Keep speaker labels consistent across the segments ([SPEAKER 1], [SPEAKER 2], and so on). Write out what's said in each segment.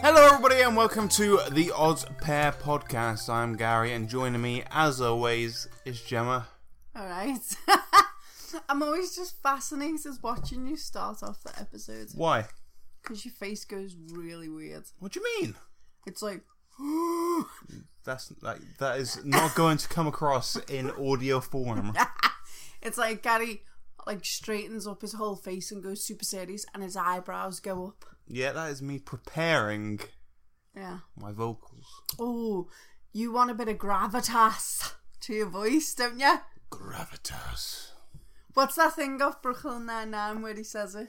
[SPEAKER 1] Hello, everybody, and welcome to the Odds Pair podcast. I'm Gary, and joining me, as always, is Gemma.
[SPEAKER 2] All right. I'm always just fascinated watching you start off the episode
[SPEAKER 1] Why?
[SPEAKER 2] because your face goes really weird.
[SPEAKER 1] What do you mean?
[SPEAKER 2] It's like,
[SPEAKER 1] That's like that is not going to come across in audio form.
[SPEAKER 2] it's like Gary like straightens up his whole face and goes super serious, and his eyebrows go up.
[SPEAKER 1] Yeah, that is me preparing
[SPEAKER 2] Yeah.
[SPEAKER 1] my vocals.
[SPEAKER 2] Oh, you want a bit of gravitas to your voice, don't you?
[SPEAKER 1] Gravitas,
[SPEAKER 2] What's that thing off Brooklyn Nine Nine where he says it?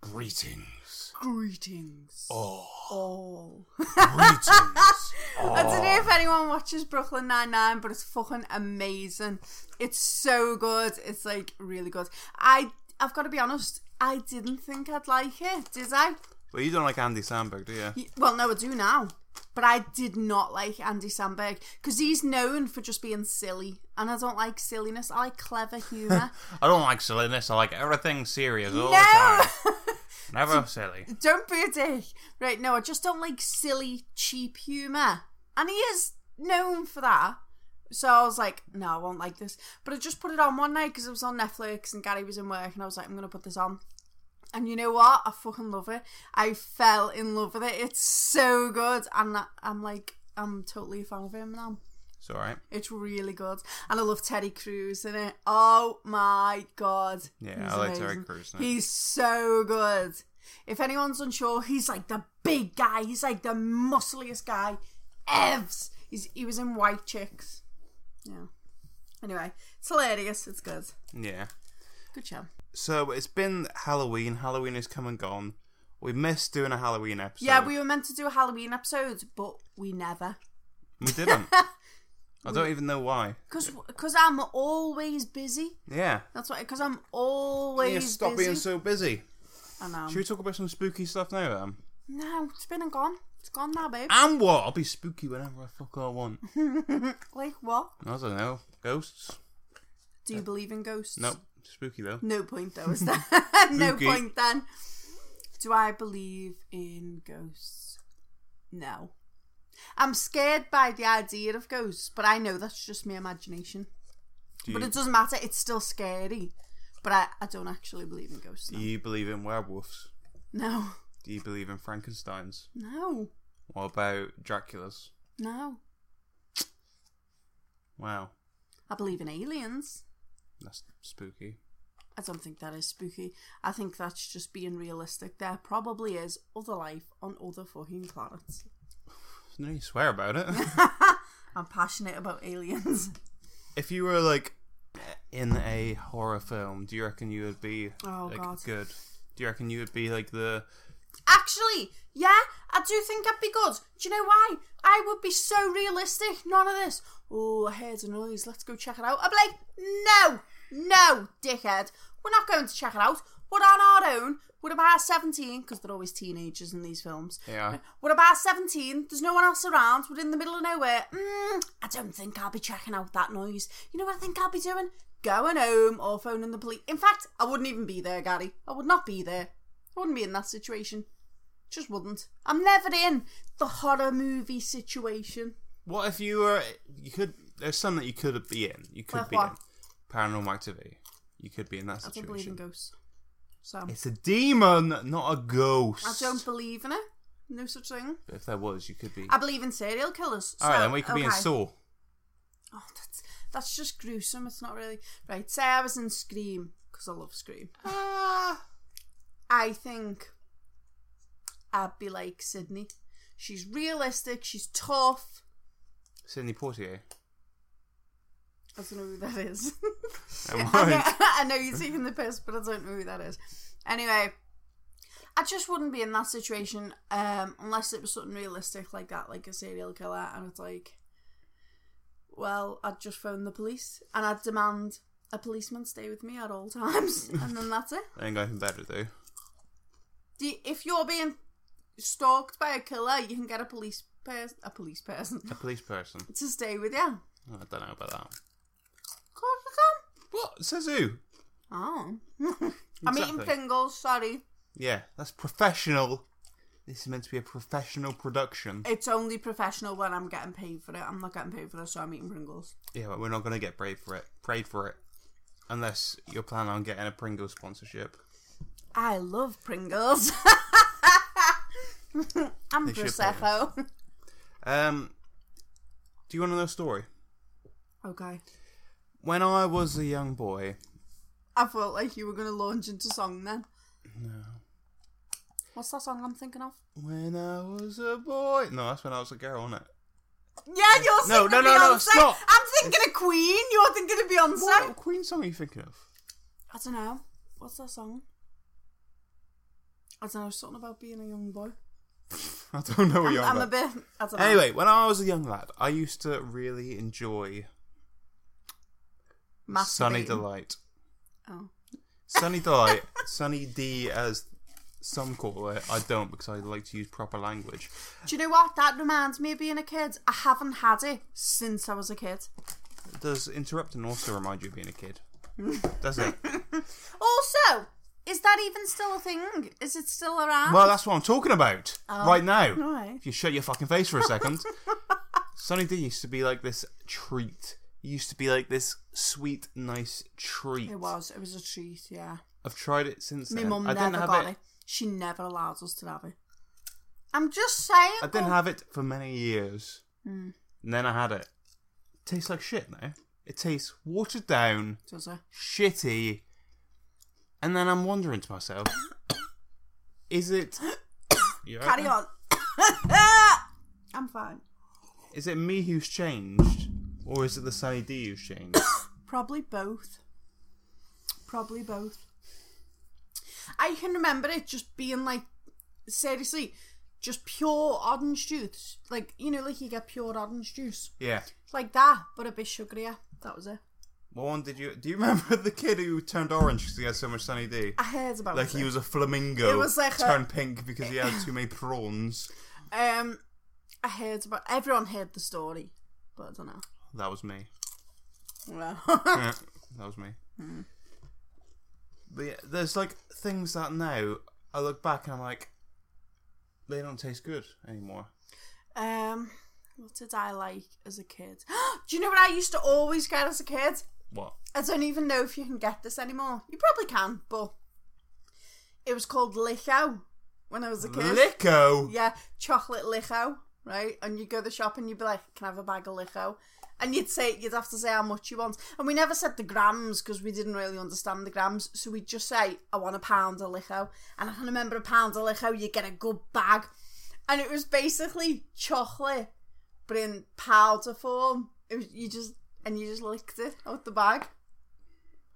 [SPEAKER 1] greetings,
[SPEAKER 2] Greetings.
[SPEAKER 1] oh,
[SPEAKER 2] Oh.
[SPEAKER 1] greetings.
[SPEAKER 2] I don't know if anyone watches Brooklyn Nine Nine, but it's fucking amazing. It's so good. It's like really good. I I've got to be honest. I didn't think I'd like it, did I?
[SPEAKER 1] well, you don't like Andy Sandberg, do you?
[SPEAKER 2] Y- Well, no, I do now. But I did not like Andy Samberg because he's known for just being silly, and I don't like silliness. I like clever humor.
[SPEAKER 1] I don't like silliness. I like everything serious all the
[SPEAKER 2] no,
[SPEAKER 1] time. Never silly.
[SPEAKER 2] don't be a dick. Right? No, I just don't like silly, cheap humor, and he is known for that. So I was like, no, I won't like this. But I just put it on one night because it was on Netflix and Gary was in work, and I was like, I'm gonna put this on. And you know what? I fucking love it. I fell in love with it. It's so good, and I- I'm like, I'm totally a fan of him now.
[SPEAKER 1] It's all right.
[SPEAKER 2] It's really good, and I love Teddy Cruz in it. Oh my god!
[SPEAKER 1] Yeah,
[SPEAKER 2] He's
[SPEAKER 1] I like Terry
[SPEAKER 2] amazing.
[SPEAKER 1] Crews. in it.
[SPEAKER 2] He's so good. If anyone's unsure, he's like the big guy. He's like the muscliest guy. Evs. He's, he was in White Chicks. Yeah. Anyway, it's hilarious. It's good.
[SPEAKER 1] Yeah.
[SPEAKER 2] Good show.
[SPEAKER 1] So it's been Halloween. Halloween has come and gone. We missed doing a Halloween episode.
[SPEAKER 2] Yeah, we were meant to do a Halloween episode, but we never.
[SPEAKER 1] we didn't. I don't even know why.
[SPEAKER 2] Because cause I'm always busy.
[SPEAKER 1] Yeah.
[SPEAKER 2] That's why. Because I'm always
[SPEAKER 1] Yeah, stop
[SPEAKER 2] busy.
[SPEAKER 1] being so busy.
[SPEAKER 2] I know.
[SPEAKER 1] Should we talk about some spooky stuff now then?
[SPEAKER 2] No, it's been and gone. It's gone now, babe.
[SPEAKER 1] And what? I'll be spooky whenever I fuck I want.
[SPEAKER 2] Like what?
[SPEAKER 1] I don't know. Ghosts?
[SPEAKER 2] Do you believe in ghosts?
[SPEAKER 1] Nope. Spooky though.
[SPEAKER 2] No point though, is there? no
[SPEAKER 1] Spooky.
[SPEAKER 2] point then. Do I believe in ghosts? No. I'm scared by the idea of ghosts, but I know that's just my imagination.
[SPEAKER 1] Do you,
[SPEAKER 2] But it doesn't matter, it's still scary. But I, I don't actually believe in ghosts.
[SPEAKER 1] do
[SPEAKER 2] No.
[SPEAKER 1] you believe in werewolves?
[SPEAKER 2] No.
[SPEAKER 1] Do you believe in Frankensteins?
[SPEAKER 2] No.
[SPEAKER 1] What about Dracula's?
[SPEAKER 2] No.
[SPEAKER 1] Wow.
[SPEAKER 2] I believe in aliens.
[SPEAKER 1] That's spooky.
[SPEAKER 2] I don't think that is spooky. I think that's just being realistic. There probably is other life on other fucking planets.
[SPEAKER 1] No, you swear about it.
[SPEAKER 2] I'm passionate about aliens.
[SPEAKER 1] If you were like in a horror film, do you reckon you would be
[SPEAKER 2] Oh,
[SPEAKER 1] like,
[SPEAKER 2] God.
[SPEAKER 1] good? Do you reckon you would be like the
[SPEAKER 2] Actually, yeah, I do think I'd be good. Do you know why? I would be so realistic. None of this. Oh, I heard a noise. Let's go check it out. I'd be like, no, no, dickhead. We're not going to check it out. We're on our own. We're about 17, because they're always teenagers in these films.
[SPEAKER 1] yeah?
[SPEAKER 2] We're about 17. There's no one else around. We're in the middle of nowhere. Mm, I don't think I'll be checking out that noise. You know what I think I'll be doing? Going home or phoning the police. In fact, I wouldn't even be there, Gary. I would not be there. I wouldn't be in that situation. Just wouldn't. I'm never in the horror movie situation.
[SPEAKER 1] What if you were? You could. There's some that you could be in. You could
[SPEAKER 2] Like
[SPEAKER 1] be
[SPEAKER 2] what?
[SPEAKER 1] in Paranormal Activity. You could be in that
[SPEAKER 2] I don't believe in
[SPEAKER 1] situation.
[SPEAKER 2] ghosts. So,
[SPEAKER 1] It's a demon, not a ghost.
[SPEAKER 2] I don't believe in it. No such thing.
[SPEAKER 1] But if there was, you could be.
[SPEAKER 2] I believe in serial killers.
[SPEAKER 1] All right,
[SPEAKER 2] so,
[SPEAKER 1] then we could be in
[SPEAKER 2] okay.
[SPEAKER 1] Saw.
[SPEAKER 2] Oh, that's that's just gruesome. It's not really right. Say I was in Scream because I love Scream. I think I'd be like Sydney. She's realistic. She's tough.
[SPEAKER 1] Sydney Portier.
[SPEAKER 2] I don't know who that is.
[SPEAKER 1] Never
[SPEAKER 2] I, know,
[SPEAKER 1] mind.
[SPEAKER 2] I know you're taking the piss, but I don't know who that is. Anyway, I just wouldn't be in that situation um, unless it was something realistic like that, like a serial killer, and it's like, well, I'd just phone the police and I'd demand a policeman stay with me at all times, and then that's it.
[SPEAKER 1] I ain't got anything better to do.
[SPEAKER 2] Do you- if you're being stalked by a killer, you can get a police person, a police person
[SPEAKER 1] A police person.
[SPEAKER 2] to stay with you. Of
[SPEAKER 1] Oh, I don't know about that.
[SPEAKER 2] course you
[SPEAKER 1] What says who?
[SPEAKER 2] can. Oh, I'm eating
[SPEAKER 1] Exactly.
[SPEAKER 2] Pringles. Sorry.
[SPEAKER 1] Yeah, that's professional This is meant to be a professional production.
[SPEAKER 2] It's only professional when I'm getting paid for it. I'm not getting paid for this, so I'm eating Pringles.
[SPEAKER 1] Yeah, but we're not going to get paid for it. Paid for it. Unless you're planning on getting a Pringle sponsorship.
[SPEAKER 2] I love Pringles. I'm
[SPEAKER 1] They should
[SPEAKER 2] Prosecco.
[SPEAKER 1] Um, do you want to know a story?
[SPEAKER 2] Okay.
[SPEAKER 1] When I was a young boy,
[SPEAKER 2] I felt like you were going to launch into song then.
[SPEAKER 1] no.
[SPEAKER 2] What's that song I'm thinking of?
[SPEAKER 1] When I was a boy, no, that's when I was a girl, wasn't it?
[SPEAKER 2] Yeah, you're
[SPEAKER 1] No,
[SPEAKER 2] thinking
[SPEAKER 1] no,
[SPEAKER 2] of
[SPEAKER 1] no, no,
[SPEAKER 2] Beyonce.
[SPEAKER 1] stop.
[SPEAKER 2] I'm thinking of Queen. You're thinking of Beyonce.
[SPEAKER 1] What little Queen song are you thinking of?
[SPEAKER 2] I don't know. What's that song? I don't know. Something about being a young boy.
[SPEAKER 1] I don't know what
[SPEAKER 2] I'm,
[SPEAKER 1] you're on
[SPEAKER 2] I'm a
[SPEAKER 1] about.
[SPEAKER 2] bit. I don't know.
[SPEAKER 1] Anyway, when I was a young lad, I used to really enjoy
[SPEAKER 2] Masturbating.
[SPEAKER 1] Sunny Delight.
[SPEAKER 2] Oh.
[SPEAKER 1] Sunny Delight, Sunny D as some call it. I don't because I like to use proper language.
[SPEAKER 2] Do you know what? That reminds me of being a kid. I haven't had it since I was a kid.
[SPEAKER 1] Does interrupting also remind you of being a kid? Does it?
[SPEAKER 2] Also, is that even still a thing? Is it still around?
[SPEAKER 1] Well, that's what I'm talking about
[SPEAKER 2] Oh,
[SPEAKER 1] right now.
[SPEAKER 2] Alright.
[SPEAKER 1] If you shut your fucking face for a second, Sunny D used to be like this treat. It used to be like this sweet, nice treat.
[SPEAKER 2] It was. It was a treat. Yeah.
[SPEAKER 1] I've tried it since
[SPEAKER 2] My
[SPEAKER 1] then.
[SPEAKER 2] mum
[SPEAKER 1] I didn't
[SPEAKER 2] never
[SPEAKER 1] have
[SPEAKER 2] got it. She never allowed us to have it. I'm just saying.
[SPEAKER 1] I didn't
[SPEAKER 2] oh,
[SPEAKER 1] have it for many years.
[SPEAKER 2] Hmm.
[SPEAKER 1] And then I had it. tastes like shit now. It tastes watered down,
[SPEAKER 2] does it?
[SPEAKER 1] shitty. And then I'm wondering to myself, is it. You alright
[SPEAKER 2] Carry
[SPEAKER 1] now?
[SPEAKER 2] on. I'm fine.
[SPEAKER 1] Is it me who's changed? Or is it the Sunny D who's changed?
[SPEAKER 2] Probably both. Probably both. I can remember it just being like, seriously, just pure orange juice. Like, you know, like you get pure orange juice.
[SPEAKER 1] yeah.
[SPEAKER 2] Like that, but a bit sugarier. That was it.
[SPEAKER 1] What one did you. Do you remember the kid who turned orange because he had so much Sunny D?
[SPEAKER 2] I heard about
[SPEAKER 1] Like
[SPEAKER 2] it.
[SPEAKER 1] he was a flamingo.
[SPEAKER 2] It was like a-
[SPEAKER 1] turned pink because he had too many prawns.
[SPEAKER 2] um, I heard about Everyone heard the story, but I don't know.
[SPEAKER 1] That was me.
[SPEAKER 2] Well,
[SPEAKER 1] Yeah, that was me.
[SPEAKER 2] Hmm.
[SPEAKER 1] But yeah, there's like things that now I look back and I'm like, they don't taste good anymore.
[SPEAKER 2] um, what did I like as a kid? Do you know what I used to always get as a kid?
[SPEAKER 1] What?
[SPEAKER 2] I don't even know if you can get this anymore. You probably can, but it was called Licho when I was a kid.
[SPEAKER 1] Lico.
[SPEAKER 2] yeah, chocolate Licho, right? And you go to the shop and you'd be like, "Can I have a bag of Licho?" And you'd say you'd have to say how much you want, and we never said the grams because we didn't really understand the grams, so we'd just say, "I want a pound of Licho," and I can remember a pound of Licho, you get a good bag, and it was basically chocolate, but in powder form. It was you just and you just licked it out the bag.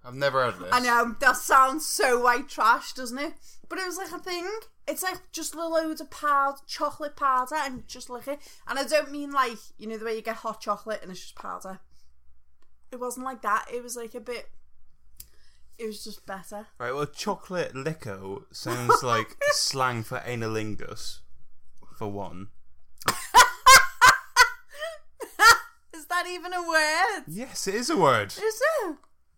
[SPEAKER 1] I've never heard of this.
[SPEAKER 2] I know that sounds so white trash, doesn't it? But it was like a thing. It's like just a load of powder, chocolate powder, and you just lick it. And I don't mean like you know the way you get hot chocolate and it's just powder. It wasn't like that. It was like a bit. It was just better.
[SPEAKER 1] Right, well, chocolate lico sounds like slang for analingus, for one.
[SPEAKER 2] Is that even a word?
[SPEAKER 1] Yes, it is a word.
[SPEAKER 2] Is it?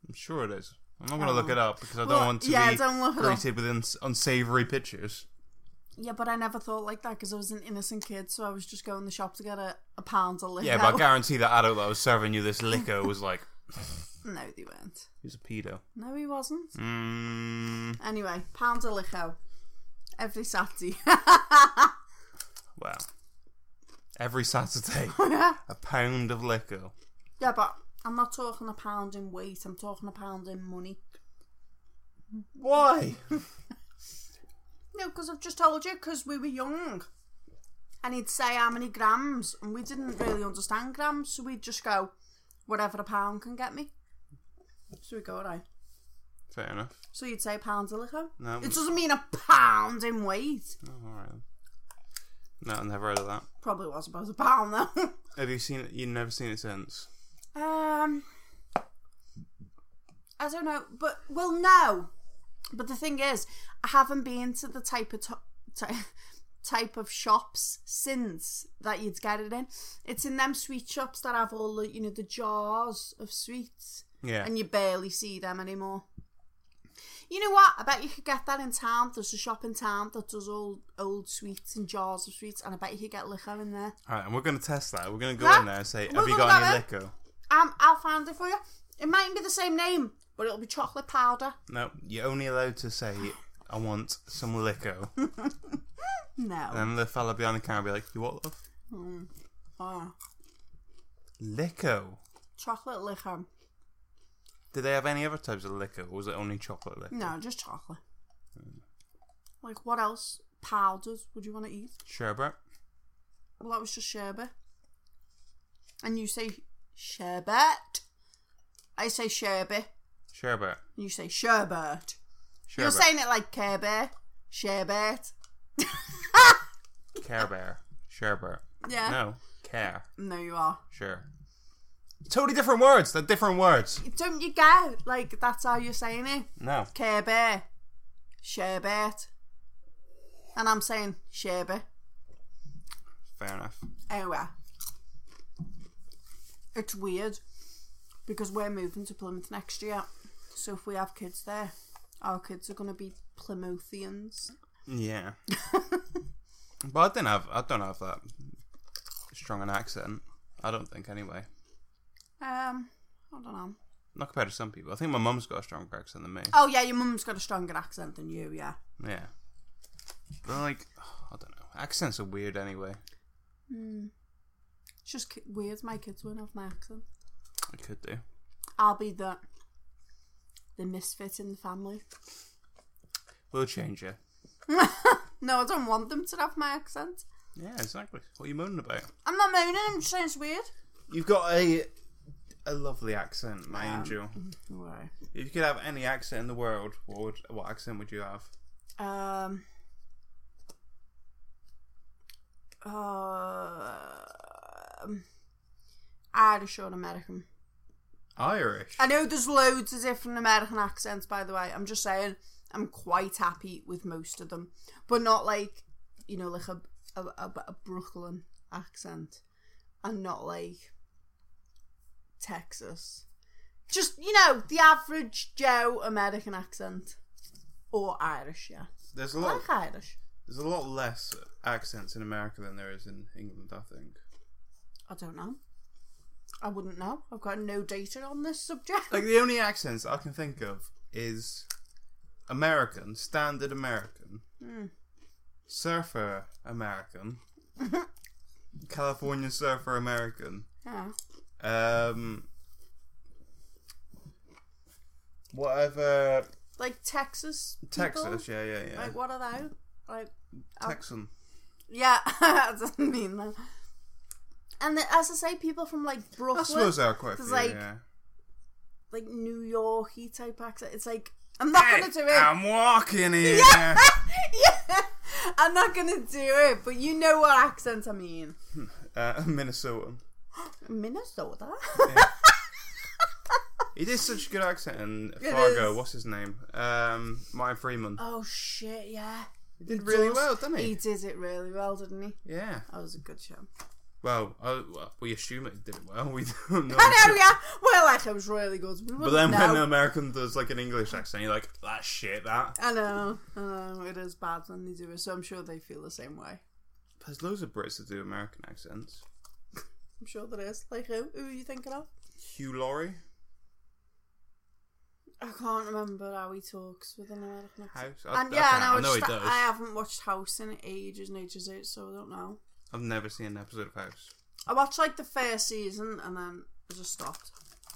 [SPEAKER 1] I'm sure it is. I'm not going to look it up because I don't
[SPEAKER 2] Oh. Well,
[SPEAKER 1] want to
[SPEAKER 2] yeah,
[SPEAKER 1] be
[SPEAKER 2] don't look it up.
[SPEAKER 1] greeted with uns- unsavory pictures.
[SPEAKER 2] Yeah, but I never thought like that because I was an innocent kid, so I was just going to the shop to get a, a pound of liquor.
[SPEAKER 1] Yeah, but I guarantee that adult that was serving you this lico was like,
[SPEAKER 2] no, they weren't.
[SPEAKER 1] he's a pedo.
[SPEAKER 2] No, he wasn't.
[SPEAKER 1] Mm,
[SPEAKER 2] Anyway, pound of licho every Saturday.
[SPEAKER 1] well, every Saturday,
[SPEAKER 2] yeah,
[SPEAKER 1] a pound of liquor.
[SPEAKER 2] but I'm not talking a pound in weight. I'm talking a pound in money.
[SPEAKER 1] Why?
[SPEAKER 2] No, because I've just told you. Because we were young, and he'd say how many grams, and we didn't really understand grams, so we'd just go whatever a pound can get me. So we go right.
[SPEAKER 1] Fair enough.
[SPEAKER 2] So you'd say pound of liquor.
[SPEAKER 1] No,
[SPEAKER 2] It doesn't mean a pound in weight.
[SPEAKER 1] oh, all right. No, I've never heard of that.
[SPEAKER 2] Probably was about a pound though.
[SPEAKER 1] Have you seen it? You've never seen it since.
[SPEAKER 2] Um, I don't know, but well, no. But the thing is, I haven't been to the type of to- ty- type of shops since that you'd get it in. It's in them sweet shops that have all the you know the jars of sweets,
[SPEAKER 1] Yeah.
[SPEAKER 2] and you barely see them anymore. You know what? I bet you could get that in town. There's a shop in town that does old old sweets and jars of sweets, and I bet you could get liquor in there.
[SPEAKER 1] All right, and we're going to test that. We're going to go
[SPEAKER 2] Yeah.
[SPEAKER 1] in there and say,
[SPEAKER 2] We're
[SPEAKER 1] have you
[SPEAKER 2] gonna
[SPEAKER 1] got any
[SPEAKER 2] have it."
[SPEAKER 1] liquor?
[SPEAKER 2] Um, I'll find it for you. It mightn't be the same name, but it'll be chocolate powder.
[SPEAKER 1] No, you're only allowed to say, I want some liquor.
[SPEAKER 2] No.
[SPEAKER 1] and the fella behind the camera be like, you what, love?
[SPEAKER 2] Oh,
[SPEAKER 1] Liquor.
[SPEAKER 2] chocolate liquor.
[SPEAKER 1] Did they have any other types of liquor, or was it only chocolate liquor?
[SPEAKER 2] No, just chocolate. Like what else? Powders? Would you want to eat?
[SPEAKER 1] Sherbet?
[SPEAKER 2] Well, that was just sherbet. And you say sherbet. I say sherbet.
[SPEAKER 1] Sherbet.
[SPEAKER 2] You say sherbet. You're
[SPEAKER 1] Sherbet.
[SPEAKER 2] saying it like Care Bear. Sherbet.
[SPEAKER 1] Care Bear. Sherbet.
[SPEAKER 2] Yeah.
[SPEAKER 1] No. Care.
[SPEAKER 2] No, you are.
[SPEAKER 1] Sure. Totally different words. They're different words.
[SPEAKER 2] Don't you go? Like, that's how you're saying it.
[SPEAKER 1] No.
[SPEAKER 2] Care Bear. Sherbet. And I'm saying sherbet.
[SPEAKER 1] Fair enough.
[SPEAKER 2] Oh, well. It's weird because we're moving to Plymouth next year. So if we have kids there, our kids are going to be Plymouthians.
[SPEAKER 1] Yeah. but I didn't have. I don't have that strong an accent. I don't think anyway.
[SPEAKER 2] Um, I don't know.
[SPEAKER 1] Not compared to some people. I think my mum's got a stronger accent than me.
[SPEAKER 2] Oh, yeah, your mum's got a stronger accent than you, yeah.
[SPEAKER 1] Yeah. But like, I don't know. Accents are weird anyway.
[SPEAKER 2] It's just ki- weird my kids won't have my accent.
[SPEAKER 1] I could do.
[SPEAKER 2] I'll be the the misfit in the family.
[SPEAKER 1] We'll change it.
[SPEAKER 2] No, I don't want them to have my accent.
[SPEAKER 1] Yeah, exactly. What are you moaning about?
[SPEAKER 2] I'm not moaning. I'm just saying it's weird.
[SPEAKER 1] You've got a a lovely accent, my
[SPEAKER 2] Um,
[SPEAKER 1] angel.
[SPEAKER 2] Right.
[SPEAKER 1] If you could have any accent in the world, what would, what accent would you have?
[SPEAKER 2] Um. Um. Irish or American.
[SPEAKER 1] Irish.
[SPEAKER 2] I know there's loads of different American accents, by the way. I'm just saying I'm quite happy with most of them, but not like you know, like a a, a, a Brooklyn accent, and not like Texas. Just you know, the average Joe American accent or Irish. Yeah,
[SPEAKER 1] There's a
[SPEAKER 2] I
[SPEAKER 1] lot.
[SPEAKER 2] like Irish.
[SPEAKER 1] There's a lot less accents in America than there is in England. I think.
[SPEAKER 2] I don't know. I wouldn't know. I've got no data on this subject.
[SPEAKER 1] Like the only accents I can think of is American, standard American,
[SPEAKER 2] Hmm.
[SPEAKER 1] surfer American, California surfer American.
[SPEAKER 2] yeah.
[SPEAKER 1] Um, whatever
[SPEAKER 2] Like Texas. people?
[SPEAKER 1] Texas, yeah, yeah, yeah.
[SPEAKER 2] Like uh, what are they? Like
[SPEAKER 1] Texan.
[SPEAKER 2] Yeah, I didn't mean that. And then, as I say, people from like Brooklyn,
[SPEAKER 1] I suppose uh, there are quite a
[SPEAKER 2] there's
[SPEAKER 1] few.
[SPEAKER 2] like-
[SPEAKER 1] yeah.
[SPEAKER 2] like New Yorky type accent. It's like I'm not gonna do it.
[SPEAKER 1] I'm walking here.
[SPEAKER 2] yeah, I'm not gonna do it. But you know what accent I mean?
[SPEAKER 1] Uh, Minnesotan.
[SPEAKER 2] Minnesota.
[SPEAKER 1] He did such a good accent in
[SPEAKER 2] It
[SPEAKER 1] Fargo.
[SPEAKER 2] is.
[SPEAKER 1] What's his name? Um, Martin Freeman.
[SPEAKER 2] oh shit! Yeah,
[SPEAKER 1] he did really
[SPEAKER 2] Just-
[SPEAKER 1] well, didn't he?
[SPEAKER 2] He did it really well, didn't he?
[SPEAKER 1] Yeah.
[SPEAKER 2] That was a good show.
[SPEAKER 1] Well, I, well, we assume it did it well. We don't know.
[SPEAKER 2] I know, yeah. Well, like it was really good. We
[SPEAKER 1] But then when um,
[SPEAKER 2] know.
[SPEAKER 1] an American does like an English accent, you're like, that shit, that.
[SPEAKER 2] I know, I know, it is bad when they do it. So I'm sure they feel the same way.
[SPEAKER 1] There's loads of Brits that do American accents.
[SPEAKER 2] I'm sure there is. Like who? Who are you thinking of?
[SPEAKER 1] Hugh Laurie,
[SPEAKER 2] I can't remember how he talks with an American accent.
[SPEAKER 1] House. I,
[SPEAKER 2] And
[SPEAKER 1] I
[SPEAKER 2] yeah,
[SPEAKER 1] can't-
[SPEAKER 2] and
[SPEAKER 1] I
[SPEAKER 2] I, was
[SPEAKER 1] know he
[SPEAKER 2] just-
[SPEAKER 1] does.
[SPEAKER 2] I haven't watched House in ages and ages, out, so I don't know.
[SPEAKER 1] I've never seen an episode of House.
[SPEAKER 2] I watched like the first season and then I just stopped.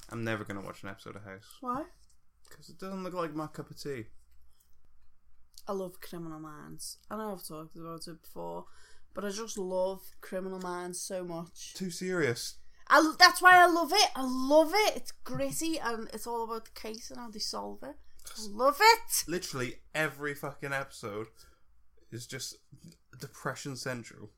[SPEAKER 1] I'm never gonna watch an episode of House
[SPEAKER 2] Why?
[SPEAKER 1] because it doesn't look like my cup of tea.
[SPEAKER 2] I love Criminal Minds. I know I've talked about it before, but I just love Criminal Minds so much.
[SPEAKER 1] Too serious.
[SPEAKER 2] I l that's why I love it. I love it. It's gritty and it's all about the case and how they solve it. I love it.
[SPEAKER 1] literally every fucking episode is just depression central.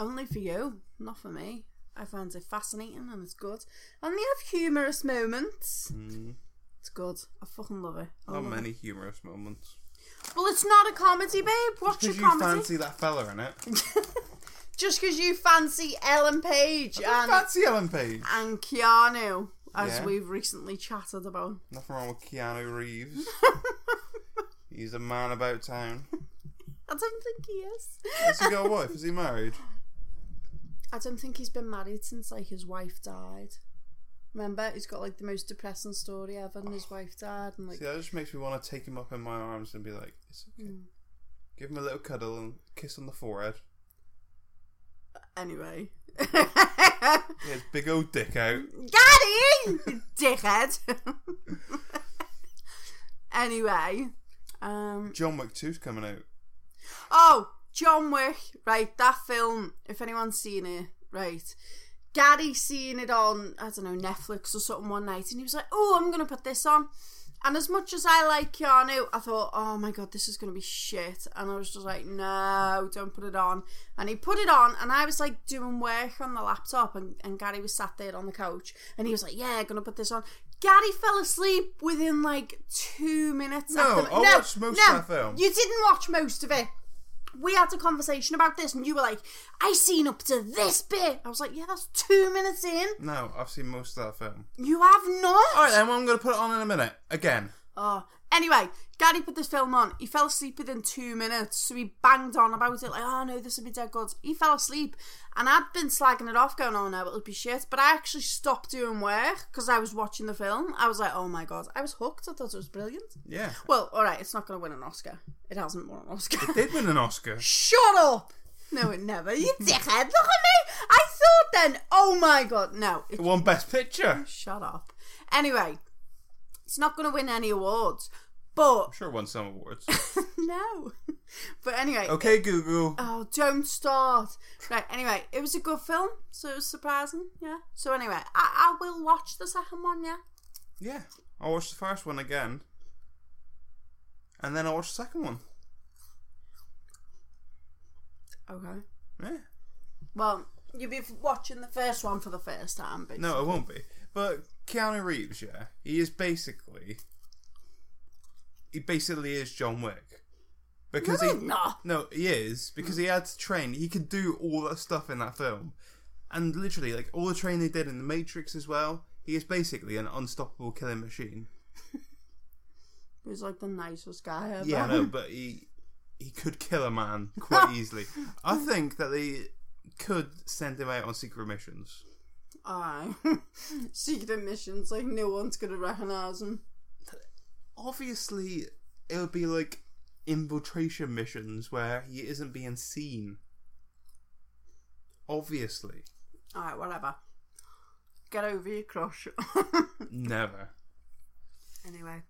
[SPEAKER 2] Only for you, not for me. I find it fascinating and it's good. And they have humorous moments.
[SPEAKER 1] Mm.
[SPEAKER 2] It's good. I fucking love it. I
[SPEAKER 1] Not
[SPEAKER 2] love
[SPEAKER 1] many humorous moments.
[SPEAKER 2] it. Well, it's not a comedy, babe. Watch a
[SPEAKER 1] Because you
[SPEAKER 2] comedy.
[SPEAKER 1] fancy that fella in it.
[SPEAKER 2] Just because you fancy Ellen Page and,
[SPEAKER 1] fancy Ellen Page.
[SPEAKER 2] and Keanu, as
[SPEAKER 1] Yeah.
[SPEAKER 2] we've recently chatted about.
[SPEAKER 1] Nothing wrong with Keanu Reeves. He's a man about town.
[SPEAKER 2] I don't think he is.
[SPEAKER 1] Has he got a wife? Is he married?
[SPEAKER 2] I don't think he's been married since like his wife died. Remember, he's got like the most depressing story ever, and his wife died, and like
[SPEAKER 1] See, that just makes me want to take him up in my arms and be like, it's okay.
[SPEAKER 2] Mm.
[SPEAKER 1] Give him a little cuddle and kiss on the forehead.
[SPEAKER 2] anyway.
[SPEAKER 1] Yeah, his big old dick out.
[SPEAKER 2] Daddy, you dickhead. anyway, um,
[SPEAKER 1] John Wick 2's coming out.
[SPEAKER 2] oh, John Wick, right? That film. If anyone's seen it, right? Gary seen it on I don't know Netflix or something one night, and he was like, "Oh, I'm gonna put this on." And as much as I like Keanu, I thought, "Oh my god, this is gonna be shit," and I was just like, "No, don't put it on." And he put it on, and I was like doing work on the laptop, and, and Gary was sat there on the couch, and he was like, "Yeah, gonna put this on." Gary fell asleep within like two minutes.
[SPEAKER 1] No,
[SPEAKER 2] after-
[SPEAKER 1] I watched most of that film.
[SPEAKER 2] You didn't watch most of it we had a conversation about this and you were like i seen up to this bit i was like yeah that's two minutes in
[SPEAKER 1] No, I've seen most of that film.
[SPEAKER 2] you have not
[SPEAKER 1] Alright then, well, I'm going to put it on in a minute. Again.
[SPEAKER 2] oh anyway gary put this film on he fell asleep within two minutes so he banged on about it like oh no this will be dead good he fell asleep and i'd been slagging it off going oh no it'll be shit but i actually stopped doing work because i was watching the film i was like oh my god i was hooked i thought it was brilliant
[SPEAKER 1] Yeah.
[SPEAKER 2] well all right it's not going to win an oscar it hasn't won an oscar
[SPEAKER 1] Did win an Oscar.
[SPEAKER 2] Shut up! No, it never. You dickhead! Look at me! I thought then, oh my god, no. It,
[SPEAKER 1] It won Best Picture.
[SPEAKER 2] shut up. Anyway, it's not going to win any awards, but
[SPEAKER 1] I'm sure it won some awards.
[SPEAKER 2] no. But anyway,
[SPEAKER 1] Okay, Google.
[SPEAKER 2] oh, don't start. Right, anyway, it was a good film, so it was surprising, yeah. So anyway, I, I will watch the second one, yeah.
[SPEAKER 1] Yeah. I watched the first one again. And then I watched the second one.
[SPEAKER 2] Okay.
[SPEAKER 1] Yeah.
[SPEAKER 2] Well, you'll be watching the first one for the first time, but
[SPEAKER 1] No, it won't be. But Keanu Reeves, yeah, he is basically he basically is John Wick because
[SPEAKER 2] no,
[SPEAKER 1] he
[SPEAKER 2] no.
[SPEAKER 1] no he is because he had to train. He could do all that stuff in that film, and literally like all the training they did in the Matrix as well. He is basically an unstoppable killing machine.
[SPEAKER 2] He was like the nicest guy ever.
[SPEAKER 1] Yeah, no, but he he could kill a man quite easily. I think that they could send him out on secret missions.
[SPEAKER 2] Aye. Secret missions, like no one's gonna recognise him.
[SPEAKER 1] obviously it would be like infiltration missions where he isn't being seen. Obviously,
[SPEAKER 2] Alright, whatever. Get over your crush.
[SPEAKER 1] never.
[SPEAKER 2] anyway.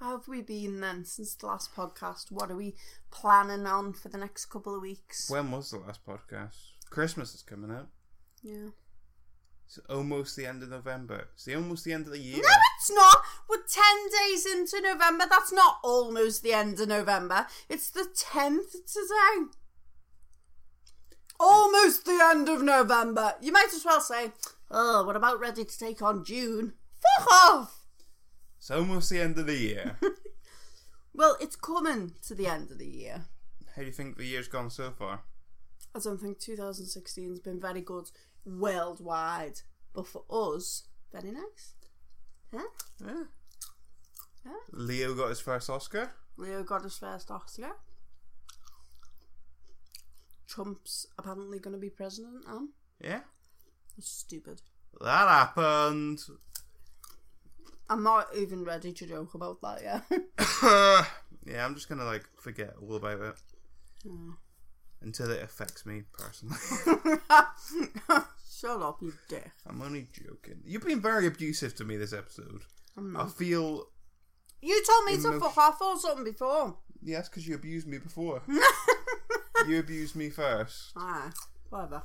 [SPEAKER 2] How have we been then since the last podcast? What are we planning on for the next couple of weeks?
[SPEAKER 1] When was the last podcast? Christmas is coming up.
[SPEAKER 2] yeah.
[SPEAKER 1] It's almost the end of November. It's the almost the end of the year.
[SPEAKER 2] No, it's not. We're 10 days into November. That's not almost the end of November. It's the 10th today. Almost the end of November. You might as well say, oh, what about ready to take on June? Fuck off!
[SPEAKER 1] It's almost the end of the year.
[SPEAKER 2] Well, it's coming to the end of the year.
[SPEAKER 1] How do you think the year's gone so far?
[SPEAKER 2] I don't think 2016's been very good worldwide, but for us, very nice. Huh?
[SPEAKER 1] Yeah.
[SPEAKER 2] Yeah.
[SPEAKER 1] Leo got his first Oscar.
[SPEAKER 2] Leo got his first Oscar. Trump's apparently going to be president er now.
[SPEAKER 1] Yeah.
[SPEAKER 2] It's er stupid.
[SPEAKER 1] That happened.
[SPEAKER 2] I'm not even ready to joke about that yet.
[SPEAKER 1] Uh. yeah, I'm just gonna like forget all about it until it affects me personally.
[SPEAKER 2] Shut up, you dick.
[SPEAKER 1] I'm only joking. You've been very abusive to me this episode.
[SPEAKER 2] I'm
[SPEAKER 1] I feel
[SPEAKER 2] You told me to
[SPEAKER 1] Emotion-
[SPEAKER 2] fuck off or something before.
[SPEAKER 1] yes, because you abused me before. you abused me first,
[SPEAKER 2] Ah, whatever.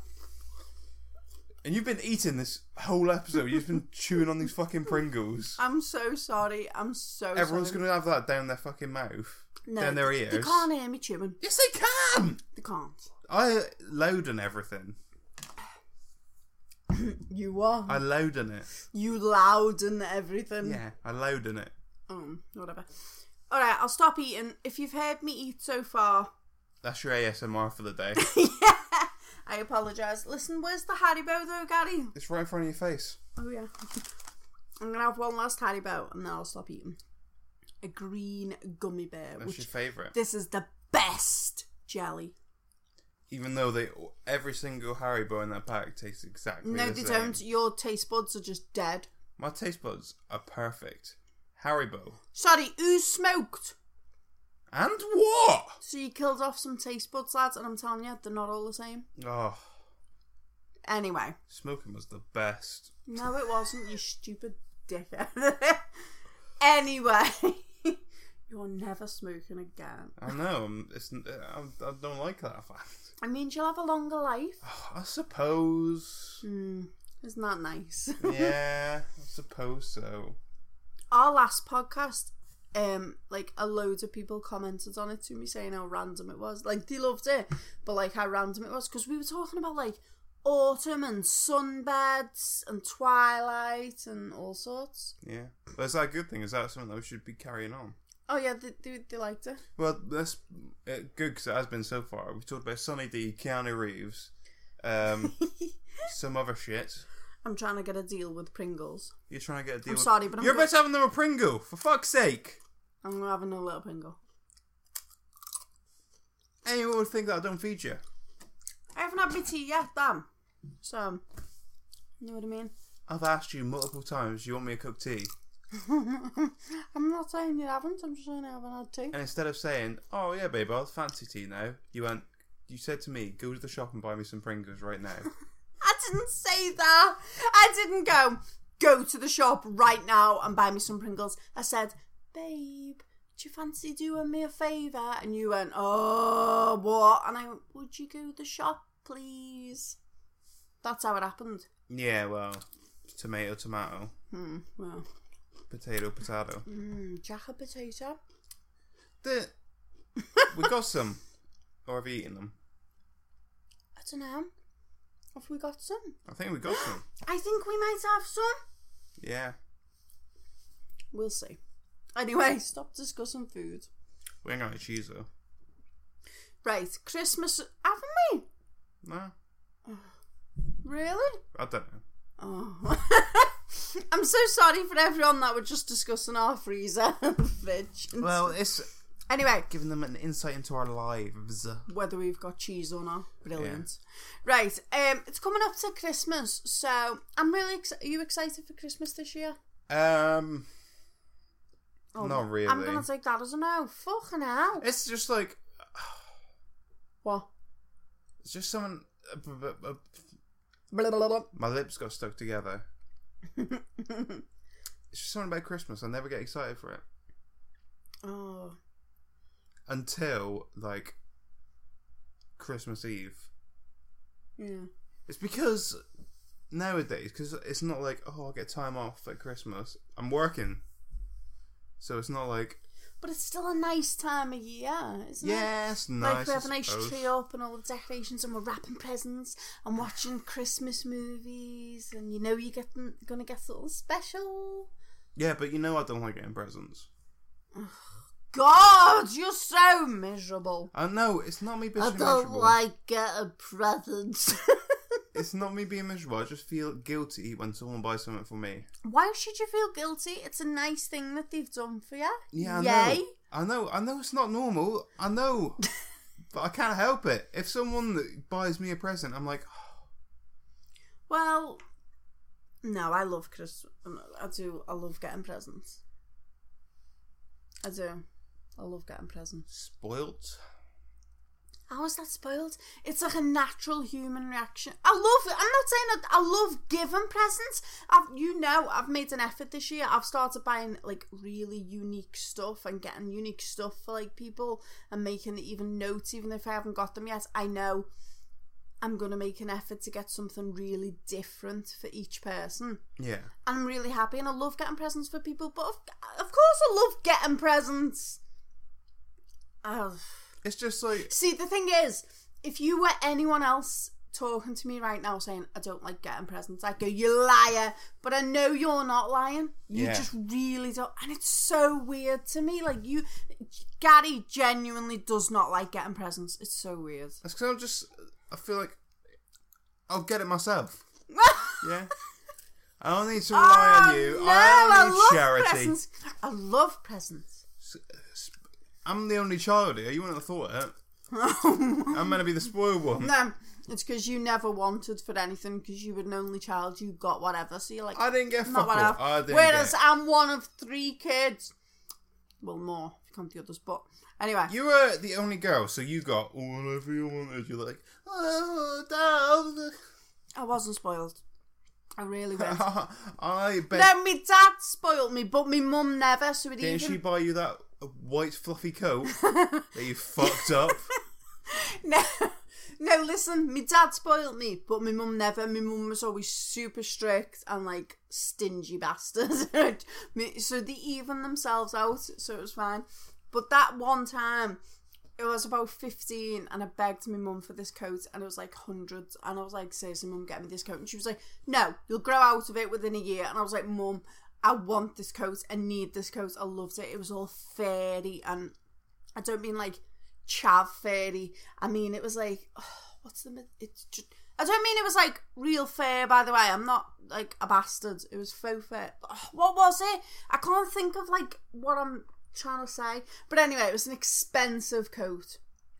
[SPEAKER 1] and you've been eating this whole episode. You've been chewing on these fucking Pringles.
[SPEAKER 2] I'm so sorry. I'm so
[SPEAKER 1] Everyone's
[SPEAKER 2] sorry.
[SPEAKER 1] gonna have that down their fucking mouth,
[SPEAKER 2] No,
[SPEAKER 1] down their
[SPEAKER 2] they-
[SPEAKER 1] ears.
[SPEAKER 2] They can't hear me chewing.
[SPEAKER 1] Yes, they can.
[SPEAKER 2] They can't.
[SPEAKER 1] I load and everything.
[SPEAKER 2] You are.
[SPEAKER 1] I load in it.
[SPEAKER 2] You loud and everything.
[SPEAKER 1] Yeah, I load in it.
[SPEAKER 2] Um, whatever. All right, I'll stop eating. If you've heard me eat so far,
[SPEAKER 1] That's your ASMR for the day.
[SPEAKER 2] I apologise. Listen, where's the Haribo though, Gary?
[SPEAKER 1] it's right in front of your face.
[SPEAKER 2] Oh yeah. I'm gonna have one last Haribo and then I'll stop eating. a green gummy bear.
[SPEAKER 1] That's
[SPEAKER 2] which
[SPEAKER 1] your favourite.
[SPEAKER 2] this is the best jelly.
[SPEAKER 1] Even though they every single Haribo in that pack tastes exactly
[SPEAKER 2] no,
[SPEAKER 1] the
[SPEAKER 2] they
[SPEAKER 1] same.
[SPEAKER 2] don't. Your taste buds are just dead.
[SPEAKER 1] My taste buds are perfect. Haribo.
[SPEAKER 2] Sorry, who smoked?
[SPEAKER 1] And what?
[SPEAKER 2] So you killed off some taste buds, lads, and I'm telling you, they're not all the same.
[SPEAKER 1] Oh,
[SPEAKER 2] Anyway,
[SPEAKER 1] smoking was the best.
[SPEAKER 2] no, it wasn't. You stupid dickhead. anyway, you're never smoking again.
[SPEAKER 1] I know. I'm- It's, I, I don't like that fact. Oh,
[SPEAKER 2] I mean, you'll have a longer life.
[SPEAKER 1] I suppose.
[SPEAKER 2] Hmm, isn't that nice?
[SPEAKER 1] yeah, I suppose so.
[SPEAKER 2] Our last podcast, um, like a load of people commented on it to me saying how random it was. Like they loved it, but like how random it was because we were talking about like autumn and sunbeds and twilight and all sorts.
[SPEAKER 1] Yeah. But is that a good thing? Is that something that we should be carrying on?
[SPEAKER 2] Oh yeah, they they, they liked it.
[SPEAKER 1] Well, that's uh, good because it has been so far. We've talked about Sunny D, Keanu Reeves, um, some other shit.
[SPEAKER 2] I'm trying to get a deal with Pringles.
[SPEAKER 1] You're trying to get a deal.
[SPEAKER 2] I'm
[SPEAKER 1] with-
[SPEAKER 2] sorry, but I'm
[SPEAKER 1] you're
[SPEAKER 2] go-
[SPEAKER 1] about to having them a Pringle for fuck's sake.
[SPEAKER 2] I'm having a little Pringle.
[SPEAKER 1] Anyone would think that I don't feed you.
[SPEAKER 2] I haven't had my tea yet, damn. So, you know what I mean?
[SPEAKER 1] I've asked you multiple times. Do you want me to cook tea?
[SPEAKER 2] I'm not saying you haven't, I'm just saying I haven't had tea.
[SPEAKER 1] And instead of saying, "Oh yeah, babe, I'll fancy tea now," you went. You said to me, "Go to the shop and buy me some Pringles right now."
[SPEAKER 2] I didn't say that. I didn't go, go to the shop right now and buy me some Pringles. I said, babe, do you fancy doing me a favour? And you went, oh, what? And I went, would you go to the shop, please? That's how it happened.
[SPEAKER 1] yeah, well, tomato, tomato,
[SPEAKER 2] Hmm, well,
[SPEAKER 1] potato, potato.
[SPEAKER 2] mm, jack a potato.
[SPEAKER 1] The- we got some, or have you eaten them?
[SPEAKER 2] I don't know. Have we got some?
[SPEAKER 1] I think we got some.
[SPEAKER 2] I think we might have some.
[SPEAKER 1] Yeah,
[SPEAKER 2] We'll see. Anyway, stop discussing food.
[SPEAKER 1] we ain't got any cheese though.
[SPEAKER 2] Right, Christmas. Haven't we?
[SPEAKER 1] No,
[SPEAKER 2] Really?
[SPEAKER 1] I don't know.
[SPEAKER 2] Oh. I'm so sorry for everyone that were just discussing our freezer and fridge. and
[SPEAKER 1] Well,
[SPEAKER 2] stuff.
[SPEAKER 1] it's
[SPEAKER 2] anyway,
[SPEAKER 1] giving them an insight into our lives.
[SPEAKER 2] whether we've got cheese or not, brilliant. Right, um, it's coming up to Christmas, so I'm really. Ex- are you excited for Christmas this year?
[SPEAKER 1] Um,
[SPEAKER 2] Oh,
[SPEAKER 1] Not
[SPEAKER 2] I'm
[SPEAKER 1] really. Eh.
[SPEAKER 2] gonna take that as a no. Fucking hell.
[SPEAKER 1] it's just like
[SPEAKER 2] What?
[SPEAKER 1] it's just someone. Uh, b- b- b-
[SPEAKER 2] Blah, blah, blah.
[SPEAKER 1] my lips got stuck together. It's just something about Christmas. I never get excited for it
[SPEAKER 2] Oh.
[SPEAKER 1] until like Christmas Eve.
[SPEAKER 2] Yeah.
[SPEAKER 1] It's because nowadays, because it's not like oh, I'll get time off at Christmas. I'm working, so it's not like
[SPEAKER 2] But it's still a nice time of year, isn't it?
[SPEAKER 1] yes, nice.
[SPEAKER 2] like we have
[SPEAKER 1] I
[SPEAKER 2] a nice
[SPEAKER 1] suppose.
[SPEAKER 2] tree up and all the decorations, and we're wrapping presents and watching Christmas movies, and you know you're getting, gonna get something special.
[SPEAKER 1] Yeah, but you know I don't like getting presents.
[SPEAKER 2] God, you're so miserable.
[SPEAKER 1] I know it's not me being
[SPEAKER 2] I
[SPEAKER 1] miserable.
[SPEAKER 2] don't like getting presents.
[SPEAKER 1] It's not me being miserable. I just feel guilty when someone buys something for me.
[SPEAKER 2] Why should you feel guilty? It's a nice thing that they've done for you.
[SPEAKER 1] Yeah, I
[SPEAKER 2] Yay.
[SPEAKER 1] know. I know. I know it's not normal. I know, but I can't help it. If someone that buys me a present, I'm like, "Oh,
[SPEAKER 2] Well, no, I love Christmas. I do. I love getting presents. I do. I love getting presents.
[SPEAKER 1] spoilt.
[SPEAKER 2] How is that spoiled? It's like a natural human reaction. I love it. I'm not saying that I love giving presents. I've, you know, I've made an effort this year. I've started buying like really unique stuff and getting unique stuff for like people and making even notes, even if I haven't got them yet. I know I'm gonna make an effort to get something really different for each person.
[SPEAKER 1] Yeah,
[SPEAKER 2] And I'm really happy, and I love getting presents for people. But of, of course, I love getting presents. Ugh.
[SPEAKER 1] it's just like
[SPEAKER 2] See, the thing is, if you were anyone else talking to me right now saying, I don't like getting presents, I'd go, You liar. But I know you're not lying. You
[SPEAKER 1] Yeah.
[SPEAKER 2] just really don't. And it's so weird to me. Like, you, Gary genuinely does not like getting presents. It's so weird.
[SPEAKER 1] that's because I'm just. I feel like I'll get it myself. Yeah. I don't need to rely on you.
[SPEAKER 2] Oh, No,
[SPEAKER 1] I
[SPEAKER 2] I
[SPEAKER 1] don't need
[SPEAKER 2] love
[SPEAKER 1] charity.
[SPEAKER 2] presents. I love presents.
[SPEAKER 1] S- s- I'm the only child here. You wouldn't have thought it. I'm meant to be the spoiled one.
[SPEAKER 2] No, it's because you never wanted for anything because you were an only child. You got whatever. So you're like,
[SPEAKER 1] I didn't get
[SPEAKER 2] not
[SPEAKER 1] fuck
[SPEAKER 2] what
[SPEAKER 1] all.
[SPEAKER 2] I
[SPEAKER 1] I
[SPEAKER 2] have.
[SPEAKER 1] didn't
[SPEAKER 2] Whereas
[SPEAKER 1] get-
[SPEAKER 2] I'm one of three kids. Well, more if you count the others, but anyway.
[SPEAKER 1] You were the only girl, so you got all whatever you wanted. You're like, oh,
[SPEAKER 2] I wasn't spoiled. I really weren't.
[SPEAKER 1] dad. I bet.
[SPEAKER 2] no, my dad spoiled me, but my mum never. So it
[SPEAKER 1] Didn't
[SPEAKER 2] even
[SPEAKER 1] she buy you that white fluffy coat that you fucked up?
[SPEAKER 2] no, no. Listen, my dad spoiled me, but my mum never. My mum was always super strict and like stingy bastard. Me- so they even themselves out, so it was fine. But that one time, it was about fifteen, and I begged my mum for this coat, and it was like hundreds, and I was like, "Seriously, mum, get me this coat," and she was like, "No, you'll grow out of it within a year," and I was like, "Mum." I want this coat. I need this coat. I loved it. It was all fairy and I don't mean like chav fairy. I mean it was like oh, what's the mi- it's just, I don't mean it was like real fair. By the way, I'm not like a bastard. It was faux fair. Oh, what was it? I can't think of like what I'm trying to say. But anyway, it was an expensive coat.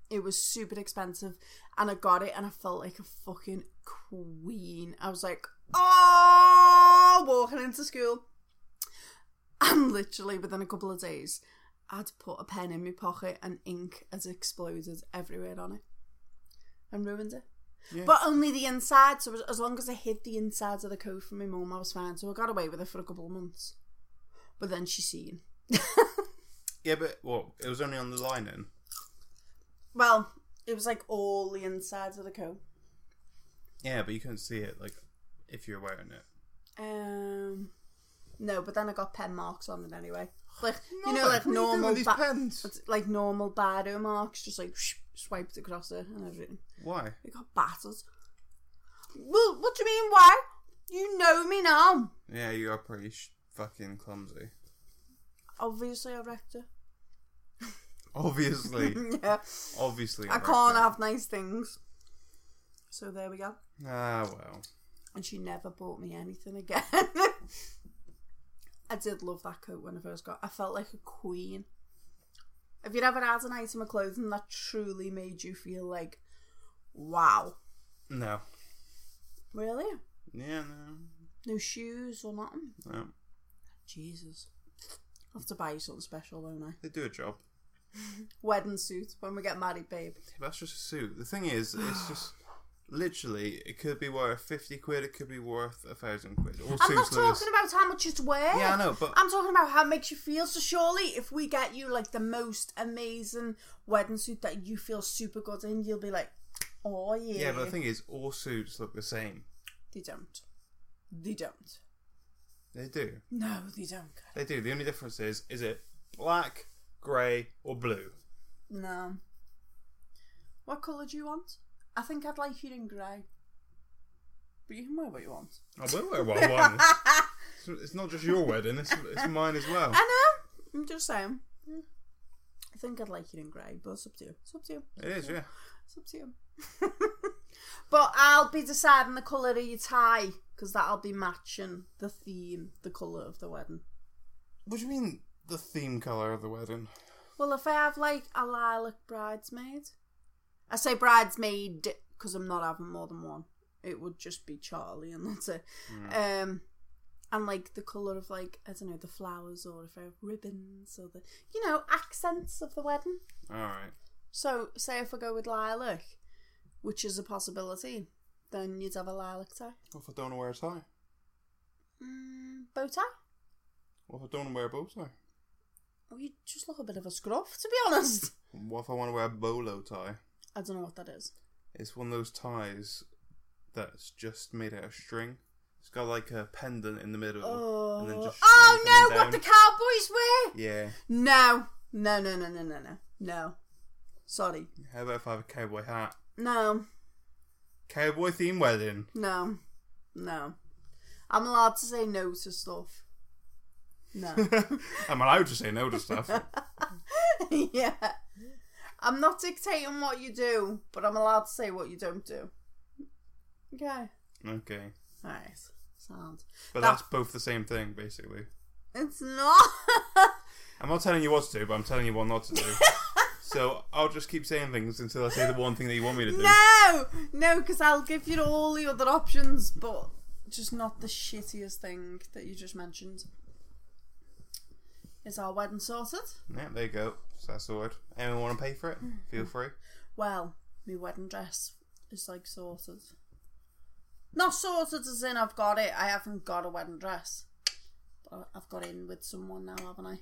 [SPEAKER 2] It was super expensive, and I got it, and I felt like a fucking queen. I was like, oh, walking into school. And literally within a couple of days, I'd put a pen in my pocket and ink had exploded everywhere on it and ruined it. But only the inside, so as- as long as I hid the insides of the coat from my mum, I was fine. So I got away with it for a couple of months. But then she seen.
[SPEAKER 1] Yeah, but well, it was only on the lining.
[SPEAKER 2] Well, it was like all the insides of the coat.
[SPEAKER 1] Yeah, but you couldn't see it like if you're wearing it.
[SPEAKER 2] Um, no, but then I got pen marks on it anyway. Like you know,
[SPEAKER 1] what
[SPEAKER 2] like
[SPEAKER 1] are you doing
[SPEAKER 2] normal,
[SPEAKER 1] with these
[SPEAKER 2] ba-
[SPEAKER 1] pens.
[SPEAKER 2] like normal bardo marks, just like swiped across it and everything.
[SPEAKER 1] Why?
[SPEAKER 2] We got battered. Well, what do you mean? Why? You know me now.
[SPEAKER 1] Yeah, you are pretty sh- fucking clumsy.
[SPEAKER 2] Obviously, I wrecked her.
[SPEAKER 1] Obviously,
[SPEAKER 2] yeah,
[SPEAKER 1] obviously.
[SPEAKER 2] I
[SPEAKER 1] wrecked
[SPEAKER 2] can't
[SPEAKER 1] it.
[SPEAKER 2] have nice things. So there we go.
[SPEAKER 1] Ah well.
[SPEAKER 2] And she never bought me anything again. I did love that coat when I first got. I felt like a queen. Have you ever had an item of clothing that truly made you feel like, wow,
[SPEAKER 1] No.
[SPEAKER 2] really?
[SPEAKER 1] Yeah, no,
[SPEAKER 2] No shoes or nothing.
[SPEAKER 1] no.
[SPEAKER 2] Jesus, I have to buy you something special, don't I?
[SPEAKER 1] They do a job.
[SPEAKER 2] wedding suit when we get married, babe.
[SPEAKER 1] That's just a suit. The thing is, it's just literally it could be worth fifty quid. It could be worth a thousand quid. All
[SPEAKER 2] I'm not
[SPEAKER 1] suits are
[SPEAKER 2] talking about how much it's worth.
[SPEAKER 1] Yeah, I know, but-
[SPEAKER 2] I'm talking about how it makes you feel. So surely, if we get you like the most amazing wedding suit that you feel super good in, you'll be like, oh yeah.
[SPEAKER 1] Yeah, but the thing is, all suits look the same.
[SPEAKER 2] they don't. They don't.
[SPEAKER 1] They do.
[SPEAKER 2] No, they don't. Karen.
[SPEAKER 1] They do. The only difference is, is it black, grey, or blue?
[SPEAKER 2] No. What colour do you want? I think I'd like you in grey. But you can wear what you want.
[SPEAKER 1] I will wear one. one. It's- It's not just your wedding; it's, it's mine as well.
[SPEAKER 2] I know. I'm just saying. Yeah. I think I'd like you in grey, but it's up to you. It's up to you.
[SPEAKER 1] It is, yeah.
[SPEAKER 2] It's up to you. but I'll be deciding the colour of your tie because that'll be matching the theme, the colour of the wedding.
[SPEAKER 1] What do you mean the theme colour of the wedding?
[SPEAKER 2] Well, if I have like a lilac bridesmaid, I say bridesmaid because I'm not having more than one. It would just be Charlie, and that's it. Um, and like the colour of like I don't know the flowers, or if I have ribbons, or the you know accents of the wedding.
[SPEAKER 1] All right.
[SPEAKER 2] So, say if I go with lilac, which is a possibility, then you'd have a lilac tie.
[SPEAKER 1] What if I don't wear a tie?
[SPEAKER 2] Mm, bow tie?
[SPEAKER 1] What if I don't wear a bow tie?
[SPEAKER 2] Well, you just look a bit of a scruff, to be honest.
[SPEAKER 1] What if I want to wear a bolo tie?
[SPEAKER 2] I don't know what that is.
[SPEAKER 1] It's one of those ties that's just made out of string. It's got like a pendant in the middle,
[SPEAKER 2] Oh,
[SPEAKER 1] and then just
[SPEAKER 2] oh
[SPEAKER 1] string
[SPEAKER 2] no,
[SPEAKER 1] coming
[SPEAKER 2] what the
[SPEAKER 1] down.
[SPEAKER 2] cowboys wear?
[SPEAKER 1] yeah.
[SPEAKER 2] No, no, no, no, no, no, no. No. Sorry.
[SPEAKER 1] How about if I have a cowboy hat?
[SPEAKER 2] No,
[SPEAKER 1] Cowboy theme wedding.
[SPEAKER 2] no, no. I'm allowed to say no to stuff. No.
[SPEAKER 1] I'm allowed to say no to stuff.
[SPEAKER 2] yeah. I'm not dictating what you do, but I'm allowed to say what you don't do. Okay.
[SPEAKER 1] Okay.
[SPEAKER 2] Alright. Sound.
[SPEAKER 1] But
[SPEAKER 2] That-
[SPEAKER 1] that's both the same thing, basically.
[SPEAKER 2] It's not.
[SPEAKER 1] I'm not telling you what to do, but I'm telling you what not to do. so I'll just keep saying things until I say the one thing that you want me to do.
[SPEAKER 2] No, no, because I'll give you all the other options, but just not the shittiest thing that you just mentioned. Is our wedding sorted?
[SPEAKER 1] Yeah, there you go. So that's the word. Anyone want to pay for it? Feel free.
[SPEAKER 2] Well, my wedding dress is like sorted. Not sorted as in I've got it. I haven't got a wedding dress. But I've got in with someone now, haven't I?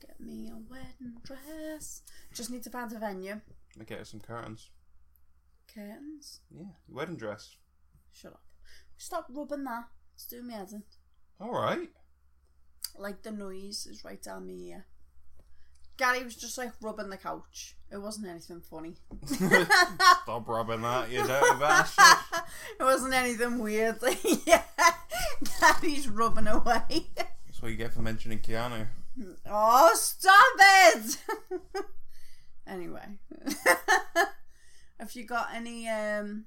[SPEAKER 2] Get me a wedding dress. Just need to find a venue.
[SPEAKER 1] I get her some curtains.
[SPEAKER 2] Curtains.
[SPEAKER 1] Yeah, wedding dress.
[SPEAKER 2] Shut up. Stop rubbing that. It's doing me head in.
[SPEAKER 1] All right.
[SPEAKER 2] Like the noise is right down my ear. Gary was just like rubbing the couch. It wasn't anything funny.
[SPEAKER 1] Stop rubbing that, you dirty bastard.
[SPEAKER 2] It wasn't anything weird. yeah. Gary's rubbing away.
[SPEAKER 1] That's what you get for mentioning Keanu.
[SPEAKER 2] Oh, stop it! anyway, have you got any? Um,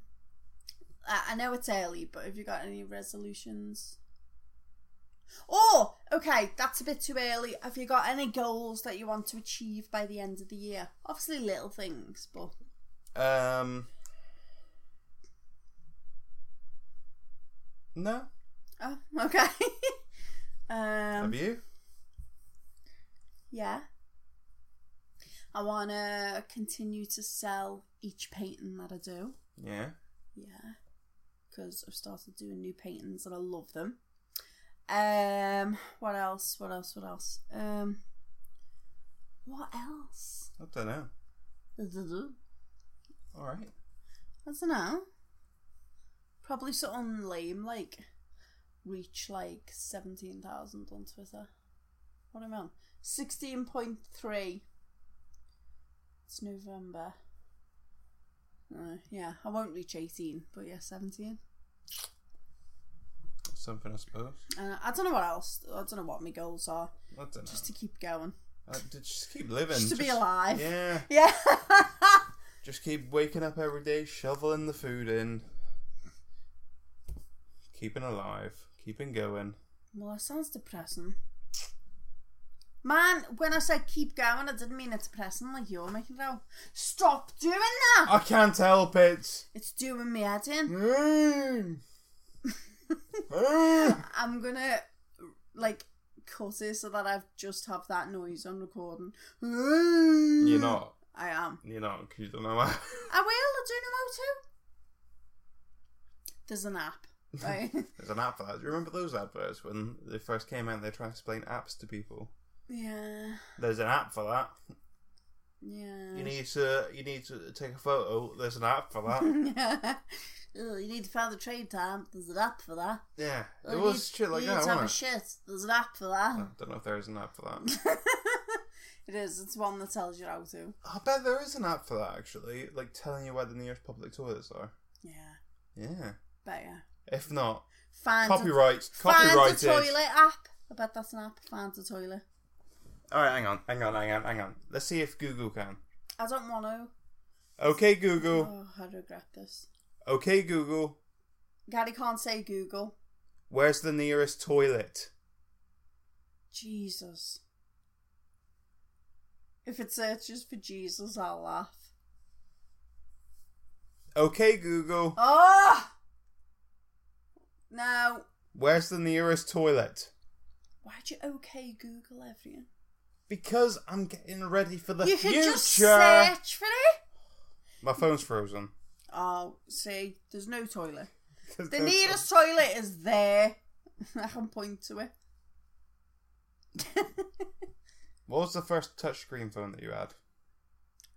[SPEAKER 2] I I know it's early, but have you got any resolutions? Oh, okay, that's a bit too early. Have you got any goals that you want to achieve by the end of the year? Obviously, little things, but
[SPEAKER 1] Um. No.
[SPEAKER 2] oh, okay. um,
[SPEAKER 1] Have you?
[SPEAKER 2] Yeah. I want to continue to sell each painting that I do.
[SPEAKER 1] Yeah.
[SPEAKER 2] Yeah. Because I've started doing new paintings and I love them. Um, what else? What else? What else? Um, what else?
[SPEAKER 1] I don't know.
[SPEAKER 2] I don't
[SPEAKER 1] All right.
[SPEAKER 2] know. Probably something lame like reach like 17,000 on Twitter. What am I on? 16.3. It's November. Uh, yeah, I won't reach 18, but yeah, 17.
[SPEAKER 1] Something, I suppose.
[SPEAKER 2] Uh, I don't know what else. I don't know what my goals are.
[SPEAKER 1] I don't know.
[SPEAKER 2] Just to keep going.
[SPEAKER 1] Uh, d- just keep living.
[SPEAKER 2] Just to be alive.
[SPEAKER 1] Yeah.
[SPEAKER 2] Yeah.
[SPEAKER 1] Just keep waking up every day, shoveling the food in, keeping alive, keeping going.
[SPEAKER 2] well, that sounds depressing. Man, when I said keep going, I didn't mean it's depressing like you're making it out. Stop doing that!
[SPEAKER 1] I can't help it.
[SPEAKER 2] It's doing me head in.
[SPEAKER 1] Mm. Mm.
[SPEAKER 2] I'm gonna, like, cut it so that I've just have that noise on recording.
[SPEAKER 1] You're
[SPEAKER 2] You're
[SPEAKER 1] not.
[SPEAKER 2] I am.
[SPEAKER 1] You're not. 'cause you don't know how.
[SPEAKER 2] I will, I do know how to. There's an app, right?
[SPEAKER 1] There's an app for that. Do you remember those adverts when they first came out? They tried to explain apps to people.
[SPEAKER 2] yeah.
[SPEAKER 1] There's an app for that.
[SPEAKER 2] Yeah.
[SPEAKER 1] You need to. You need to take a photo. There's an app for that.
[SPEAKER 2] Yeah. Ugh, you need to find the train time. There's an app for that.
[SPEAKER 1] Yeah,
[SPEAKER 2] Ugh,
[SPEAKER 1] it
[SPEAKER 2] you
[SPEAKER 1] was
[SPEAKER 2] need-
[SPEAKER 1] shit like
[SPEAKER 2] you
[SPEAKER 1] that.
[SPEAKER 2] Need to have a Oh.
[SPEAKER 1] Wasn't it?
[SPEAKER 2] shit. There's an app for that.
[SPEAKER 1] I don't know if there is an app for that.
[SPEAKER 2] it is. It's one that tells you how to.
[SPEAKER 1] I bet there is an app for that actually, like telling you where the nearest public toilets are.
[SPEAKER 2] Yeah.
[SPEAKER 1] Yeah.
[SPEAKER 2] Bet yeah.
[SPEAKER 1] If not,
[SPEAKER 2] Find
[SPEAKER 1] copyright,
[SPEAKER 2] A, find a
[SPEAKER 1] copyrighted.
[SPEAKER 2] toilet app. I bet that's an app. Find a toilet.
[SPEAKER 1] All right, hang on, hang on, hang on, hang on. Let's see if Google can.
[SPEAKER 2] I don't want to.
[SPEAKER 1] Okay, Google.
[SPEAKER 2] Oh, I regret this.
[SPEAKER 1] Okay, Google.
[SPEAKER 2] Gary can't say Google.
[SPEAKER 1] Where's the nearest toilet?
[SPEAKER 2] Jesus. If it searches for Jesus, I'll laugh.
[SPEAKER 1] Okay, Google.
[SPEAKER 2] Oh! No.
[SPEAKER 1] Where's the nearest toilet?
[SPEAKER 2] Why'd you okay Google everything?
[SPEAKER 1] Because I'm getting ready for the
[SPEAKER 2] you
[SPEAKER 1] future.
[SPEAKER 2] could just search for it.
[SPEAKER 1] My phone's frozen.
[SPEAKER 2] Oh, see, there's no toilet.
[SPEAKER 1] 'Cause
[SPEAKER 2] The
[SPEAKER 1] there's-
[SPEAKER 2] nearest toilet is there. I can point to it.
[SPEAKER 1] What was the first touchscreen phone that you had?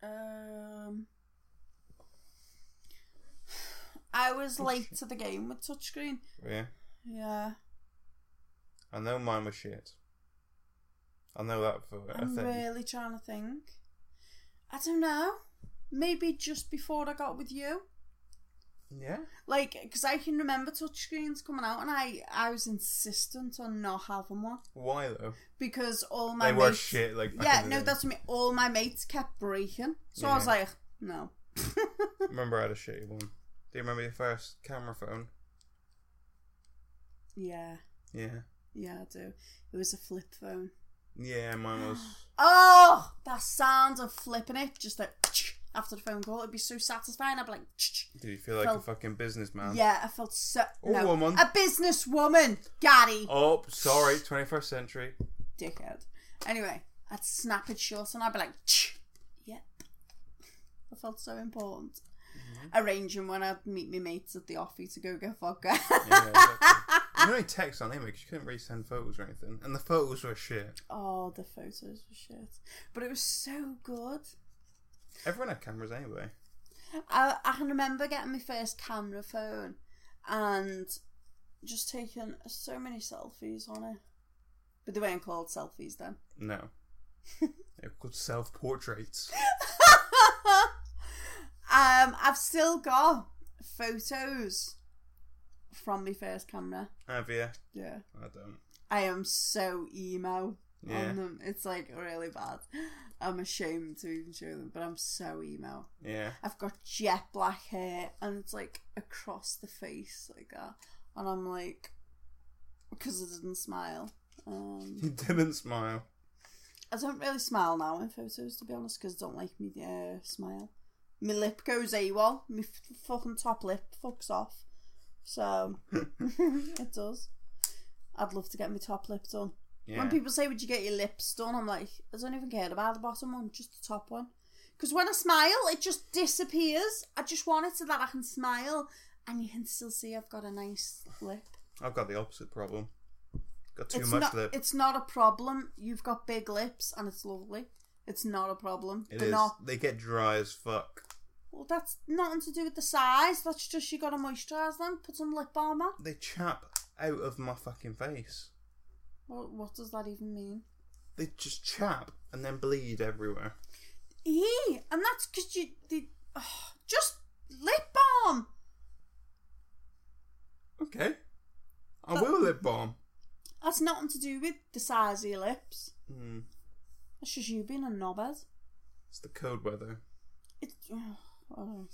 [SPEAKER 2] Um, I was late to the game with touchscreen.
[SPEAKER 1] Yeah.
[SPEAKER 2] Yeah,
[SPEAKER 1] I know mine was shit. I know that for a
[SPEAKER 2] I'm
[SPEAKER 1] thing.
[SPEAKER 2] really trying to think. I don't know. Maybe just before I got with you.
[SPEAKER 1] Yeah.
[SPEAKER 2] Like, because I can remember touchscreens coming out, and I, I was insistent on not having one
[SPEAKER 1] Why though?
[SPEAKER 2] because all my
[SPEAKER 1] they were
[SPEAKER 2] mates-
[SPEAKER 1] shit. Like back
[SPEAKER 2] Yeah,
[SPEAKER 1] in the
[SPEAKER 2] no,
[SPEAKER 1] day.
[SPEAKER 2] that's what I mean. All my mates kept breaking, so I was
[SPEAKER 1] Yeah.
[SPEAKER 2] like, no.
[SPEAKER 1] Remember, I had a shitty one. Do you remember your first camera phone?
[SPEAKER 2] yeah,
[SPEAKER 1] Yeah.
[SPEAKER 2] yeah, I do. It was a flip phone.
[SPEAKER 1] Yeah, mine was.
[SPEAKER 2] Oh, that sound of flipping it, just like after the phone call, it'd be so satisfying. I'd be like,
[SPEAKER 1] Did you feel like a
[SPEAKER 2] Felt-
[SPEAKER 1] fucking businessman?
[SPEAKER 2] yeah, I felt so. no.
[SPEAKER 1] woman.
[SPEAKER 2] a businesswoman, Gary,
[SPEAKER 1] Oh, sorry, 21st century.
[SPEAKER 2] dickhead. Anyway, I'd snap it short and I'd be like, yep. I felt so important. Arranging when I'd meet my mates at the office to go get vodka.
[SPEAKER 1] Yeah, exactly. you know, text on him because you couldn't really send photos or anything, and the photos were shit.
[SPEAKER 2] oh, the photos were shit, but it was so good.
[SPEAKER 1] Everyone had cameras anyway.
[SPEAKER 2] I, I can remember getting my first camera phone and just taking so many selfies on it. But they weren't called selfies then.
[SPEAKER 1] No. they were called self portraits.
[SPEAKER 2] Um, I've still got photos from my first camera.
[SPEAKER 1] Have you?
[SPEAKER 2] Yeah.
[SPEAKER 1] I don't.
[SPEAKER 2] I am so emo
[SPEAKER 1] Yeah.
[SPEAKER 2] on them. It's like really bad. I'm ashamed to even show them, but I'm so emo.
[SPEAKER 1] Yeah.
[SPEAKER 2] I've got jet black hair and it's like across the face like that. And I'm like, because I didn't smile. Um,
[SPEAKER 1] You didn't smile.
[SPEAKER 2] I don't really smile now in photos to be honest because I don't like me uh, smile. My lip goes AWOL. My f- fucking top lip fucks off. So it does. I'd love to get my top lip done.
[SPEAKER 1] Yeah.
[SPEAKER 2] When people say, "Would you get your lips done?" I'm like, I don't even care about the bottom one, just the top one. Because when I smile, it just disappears. I just want it so that I can smile, and you can still see I've got a nice lip.
[SPEAKER 1] I've got the opposite problem. Got too
[SPEAKER 2] it's
[SPEAKER 1] much
[SPEAKER 2] not.
[SPEAKER 1] lip.
[SPEAKER 2] It's not a problem. You've got big lips, and it's lovely. It's not a problem.
[SPEAKER 1] It
[SPEAKER 2] They're
[SPEAKER 1] is.
[SPEAKER 2] not.
[SPEAKER 1] They get dry as fuck.
[SPEAKER 2] Well, that's nothing to do with the size. That's just you got to moisturise them, put some lip balm on.
[SPEAKER 1] They chap out of my fucking face.
[SPEAKER 2] What, what does that even mean?
[SPEAKER 1] They just chap and then bleed everywhere.
[SPEAKER 2] Yeah, and that's because you the oh, just lip balm.
[SPEAKER 1] Okay. I
[SPEAKER 2] But-
[SPEAKER 1] will lip balm.
[SPEAKER 2] That's nothing to do with the size of your lips.
[SPEAKER 1] Hmm.
[SPEAKER 2] That's just you being a knobhead.
[SPEAKER 1] It's the cold weather.
[SPEAKER 2] It's oh, alright.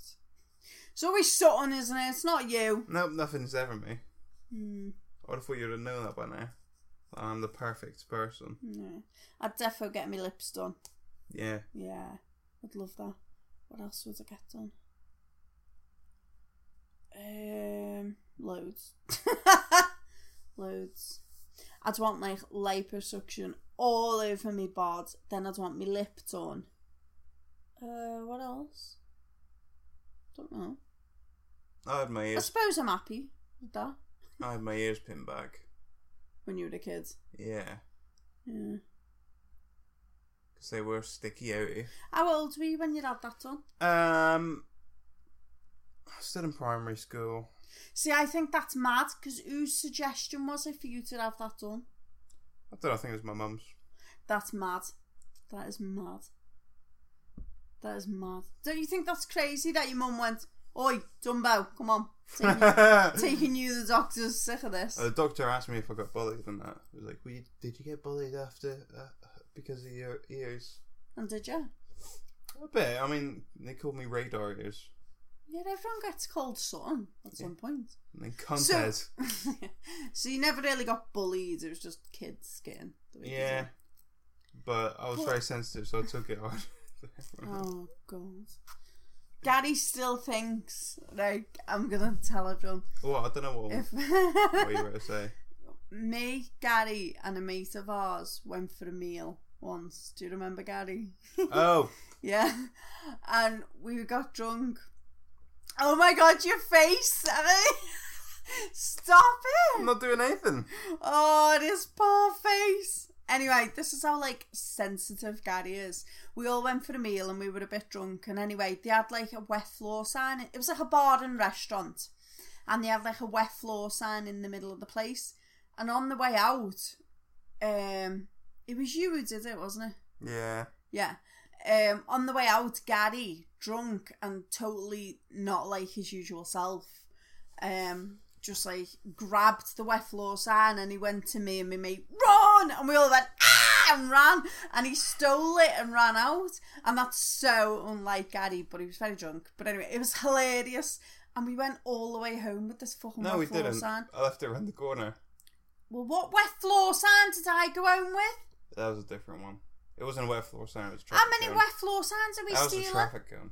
[SPEAKER 2] It's always something, isn't it? It's not you.
[SPEAKER 1] Nope, nothing's ever me.
[SPEAKER 2] Hmm.
[SPEAKER 1] I would have thought you'd have known that by now. That I'm the perfect person.
[SPEAKER 2] no. I'd defo get my lips done.
[SPEAKER 1] Yeah.
[SPEAKER 2] Yeah, I'd love that. What else would I get done? Um, loads, loads. I'd want like liposuction all over my bod. Then I'd want my lip done. Uh, what else? Don't know.
[SPEAKER 1] I had my
[SPEAKER 2] I
[SPEAKER 1] ears.
[SPEAKER 2] suppose I'm happy with that
[SPEAKER 1] I had my ears pinned back.
[SPEAKER 2] when you were a kid.
[SPEAKER 1] Yeah.
[SPEAKER 2] Yeah.
[SPEAKER 1] Because they were sticky outy.
[SPEAKER 2] How old were you when you had that done?
[SPEAKER 1] Um. Still in primary school.
[SPEAKER 2] See, I think that's mad because whose suggestion was it for you to have that done?
[SPEAKER 1] I don't know, I think it was my mum's.
[SPEAKER 2] That's mad. That is mad. That is mad. Don't you think that's crazy that your mum went, Oi, Dumbo, come on. Taking you, taking you to the doctor's sick of this.
[SPEAKER 1] Uh, the doctor asked me if I got bullied and that. He was like, well, you, did you get bullied after uh, because of your ears?
[SPEAKER 2] And did you?
[SPEAKER 1] A bit. I mean, they called me radar ears.
[SPEAKER 2] Yeah, everyone gets called something at some point.
[SPEAKER 1] And then contest.
[SPEAKER 2] so you never really got bullied, it was just kids getting. the way you
[SPEAKER 1] yeah.
[SPEAKER 2] did it.
[SPEAKER 1] But I was very sensitive, so I took it hard.
[SPEAKER 2] Oh, God. Daddy still thinks, like, I'm going to tell everyone.
[SPEAKER 1] well, I don't know what,
[SPEAKER 2] If
[SPEAKER 1] what you were to say.
[SPEAKER 2] me, Gary, and a mate of ours went for a meal once. Do you remember Gary?
[SPEAKER 1] Oh,
[SPEAKER 2] yeah. And we got drunk. Oh my god, your face! Stop
[SPEAKER 1] I'm
[SPEAKER 2] it!
[SPEAKER 1] not doing anything.
[SPEAKER 2] Oh, this poor face. Anyway, this is how like sensitive Gary is. We all went for a meal and we were a bit drunk. And anyway, they had like a wet floor sign. It was like a bar and restaurant, and they had like a wet floor sign in the middle of the place. And on the way out, um, it was you who did it, wasn't it?
[SPEAKER 1] Yeah.
[SPEAKER 2] Yeah. Um, on the way out, Gary, drunk and totally not like his usual self, um, just like grabbed the wet floor sign and he went to me and my mate, run! And we all went, ah! And ran. And he stole it and ran out. And that's so unlike Gary, but he was very drunk. But anyway, it was hilarious. And we went all the way home with this fucking
[SPEAKER 1] No,
[SPEAKER 2] wet
[SPEAKER 1] we
[SPEAKER 2] floor
[SPEAKER 1] didn't.
[SPEAKER 2] sign.
[SPEAKER 1] I left it around the corner.
[SPEAKER 2] Well, what wet floor sign did I go home with?
[SPEAKER 1] That was a different one. It wasn't a wet floor sign. It was a traffic
[SPEAKER 2] How many
[SPEAKER 1] cone.
[SPEAKER 2] wet floor signs are we
[SPEAKER 1] That was a
[SPEAKER 2] stealing?
[SPEAKER 1] traffic cone.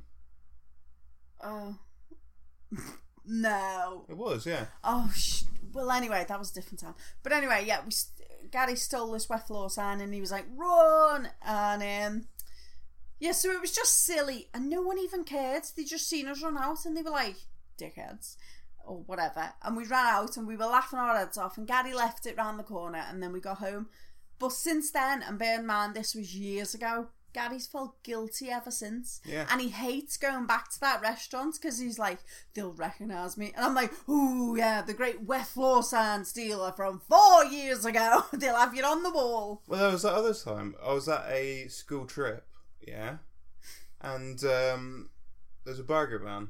[SPEAKER 2] Oh. no.
[SPEAKER 1] It was, yeah.
[SPEAKER 2] Oh, sh- well, anyway, that was a different time. But anyway, yeah, we st- Gary stole this wet floor sign and he was like, run! And, um, yeah, so it was just silly. And no one even cared. They just seen us run out and they were like, dickheads. Or whatever. And we ran out and we were laughing our heads off. And Gary left it round the corner and then we got home. But since then, and bear in mind, this was years ago, Gary's felt guilty ever since.
[SPEAKER 1] Yeah.
[SPEAKER 2] And he hates going back to that restaurant because he's like, they'll recognise me. And I'm like, ooh, yeah, the great wet floor sand stealer from four years ago. they'll have you on the wall.
[SPEAKER 1] Well, there was that other time. I was at a school trip, yeah, and um, there's a burger van.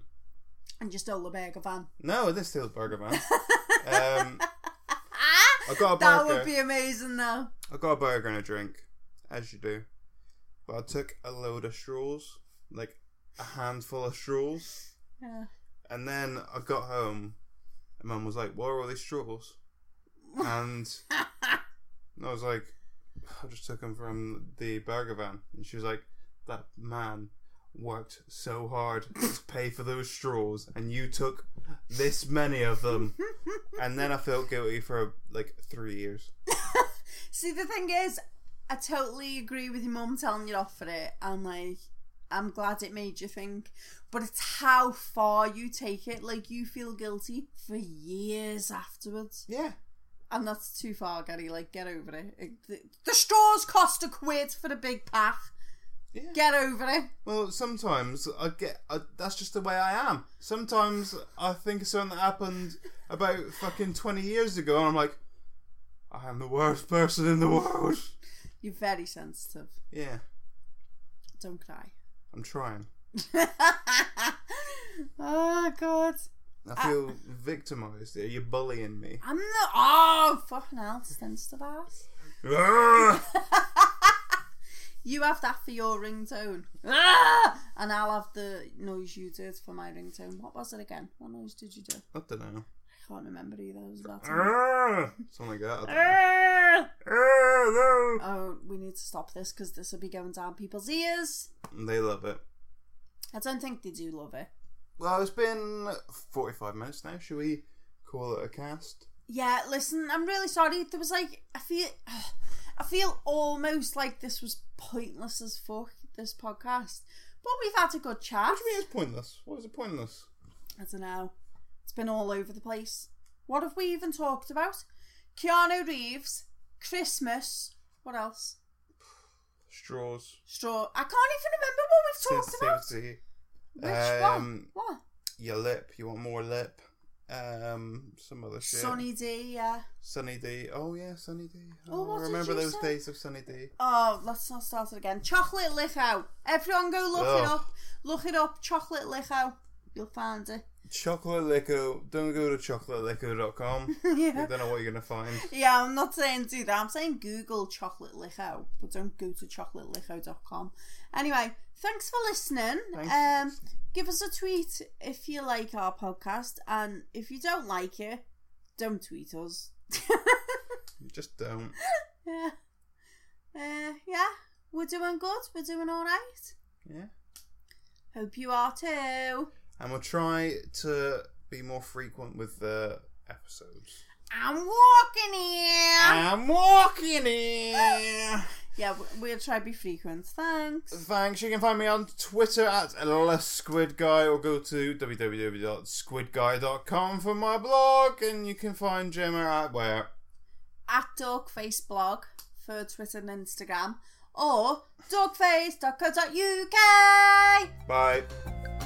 [SPEAKER 2] And you stole the burger van.
[SPEAKER 1] No, it is still a burger van. um, I got a
[SPEAKER 2] That
[SPEAKER 1] burger.
[SPEAKER 2] would be amazing, though.
[SPEAKER 1] I got a burger and a drink, as you do. But I took a load of straws, like a handful of straws,
[SPEAKER 2] Yeah.
[SPEAKER 1] and then I got home, and Mum was like, "What are all these straws?" And I was like, "I just took them from the burger van," and she was like, "That man." Worked so hard to pay for those straws, and you took this many of them, and then I felt guilty for like three years.
[SPEAKER 2] See, the thing is, I totally agree with your mum telling you off for it, and like, I'm glad it made you think. But it's how far you take it. Like, you feel guilty for years afterwards,
[SPEAKER 1] Yeah,
[SPEAKER 2] and that's too far, Gary. Like, get over it. It- the, the straws cost a quid for the big pack.
[SPEAKER 1] Yeah.
[SPEAKER 2] Get over it.
[SPEAKER 1] Well, sometimes I get I, that's just the way I am. Sometimes I think of something that happened about fucking twenty years ago, and I'm like, I am the worst person in the world.
[SPEAKER 2] You're very sensitive.
[SPEAKER 1] Yeah,
[SPEAKER 2] Don't cry.
[SPEAKER 1] I'm trying.
[SPEAKER 2] oh god.
[SPEAKER 1] I feel victimized. here. You're bullying me.
[SPEAKER 2] I'm the oh fucking hell, sensitive ass.
[SPEAKER 1] Arrgh!
[SPEAKER 2] You have that for your ringtone. Ah! And I'll have the noise you did for my ringtone. What was it again? What noise did you do?
[SPEAKER 1] I don't know.
[SPEAKER 2] I can't remember either. It was about time.
[SPEAKER 1] Arrgh! Something like that. I don't know.
[SPEAKER 2] Ah!
[SPEAKER 1] Arrgh, no.
[SPEAKER 2] Oh, we need to stop this because this will be going down people's ears.
[SPEAKER 1] And They love it.
[SPEAKER 2] I don't think they do love it.
[SPEAKER 1] Well, it's been 45 minutes now. Should we call it a cast?
[SPEAKER 2] Yeah, listen, I'm really sorry. There was like I feel I feel almost like this was pointless as fuck, this podcast. But we've had a good chat.
[SPEAKER 1] I mean, it's pointless. What is it pointless?
[SPEAKER 2] I don't know. It's been all over the place. What have we even talked about? Keanu Reeves, Christmas. What else?
[SPEAKER 1] Straws.
[SPEAKER 2] Straw. I can't even remember what we've talked about.
[SPEAKER 1] Sensitivity.
[SPEAKER 2] Which one?
[SPEAKER 1] Um,
[SPEAKER 2] What?
[SPEAKER 1] Your lip. You want more lip. Um, some other shit.
[SPEAKER 2] Sunny D. Yeah.
[SPEAKER 1] Sunny D. Oh yeah, Sunny D.
[SPEAKER 2] Oh, what
[SPEAKER 1] I
[SPEAKER 2] did
[SPEAKER 1] remember
[SPEAKER 2] you
[SPEAKER 1] those
[SPEAKER 2] say?
[SPEAKER 1] days of Sunny D.
[SPEAKER 2] Oh, let's not start it again. Chocolate Licho. Everyone, go look it
[SPEAKER 1] Ugh.
[SPEAKER 2] up. Look it up. Chocolate Licho. You'll find it.
[SPEAKER 1] Chocolate Lico. Don't go to chocolatelico.com.
[SPEAKER 2] yeah.
[SPEAKER 1] you don't know what you're gonna find.
[SPEAKER 2] Yeah, I'm not saying do that. I'm saying Google Chocolate Licho, but don't go to chocolatelicho.com. Anyway, thanks for listening.
[SPEAKER 1] Thanks.
[SPEAKER 2] um, give us a tweet if you like our podcast, and if you don't like it, don't tweet us.
[SPEAKER 1] You just don't.
[SPEAKER 2] yeah. Uh, yeah, we're doing good. We're doing all right.
[SPEAKER 1] Yeah.
[SPEAKER 2] Hope you are too.
[SPEAKER 1] And we'll try to be more frequent with the episodes.
[SPEAKER 2] I'm walking here.
[SPEAKER 1] I'm walking here.
[SPEAKER 2] Yeah, we- we'll try to be frequent. Thanks.
[SPEAKER 1] Thanks. You can find me on Twitter at LSquidGuy or go to www.squidguy.com for my blog. And you can find Gemma at where?
[SPEAKER 2] at Dogface blog for Twitter and Instagram or dogface.co.uk.
[SPEAKER 1] Bye.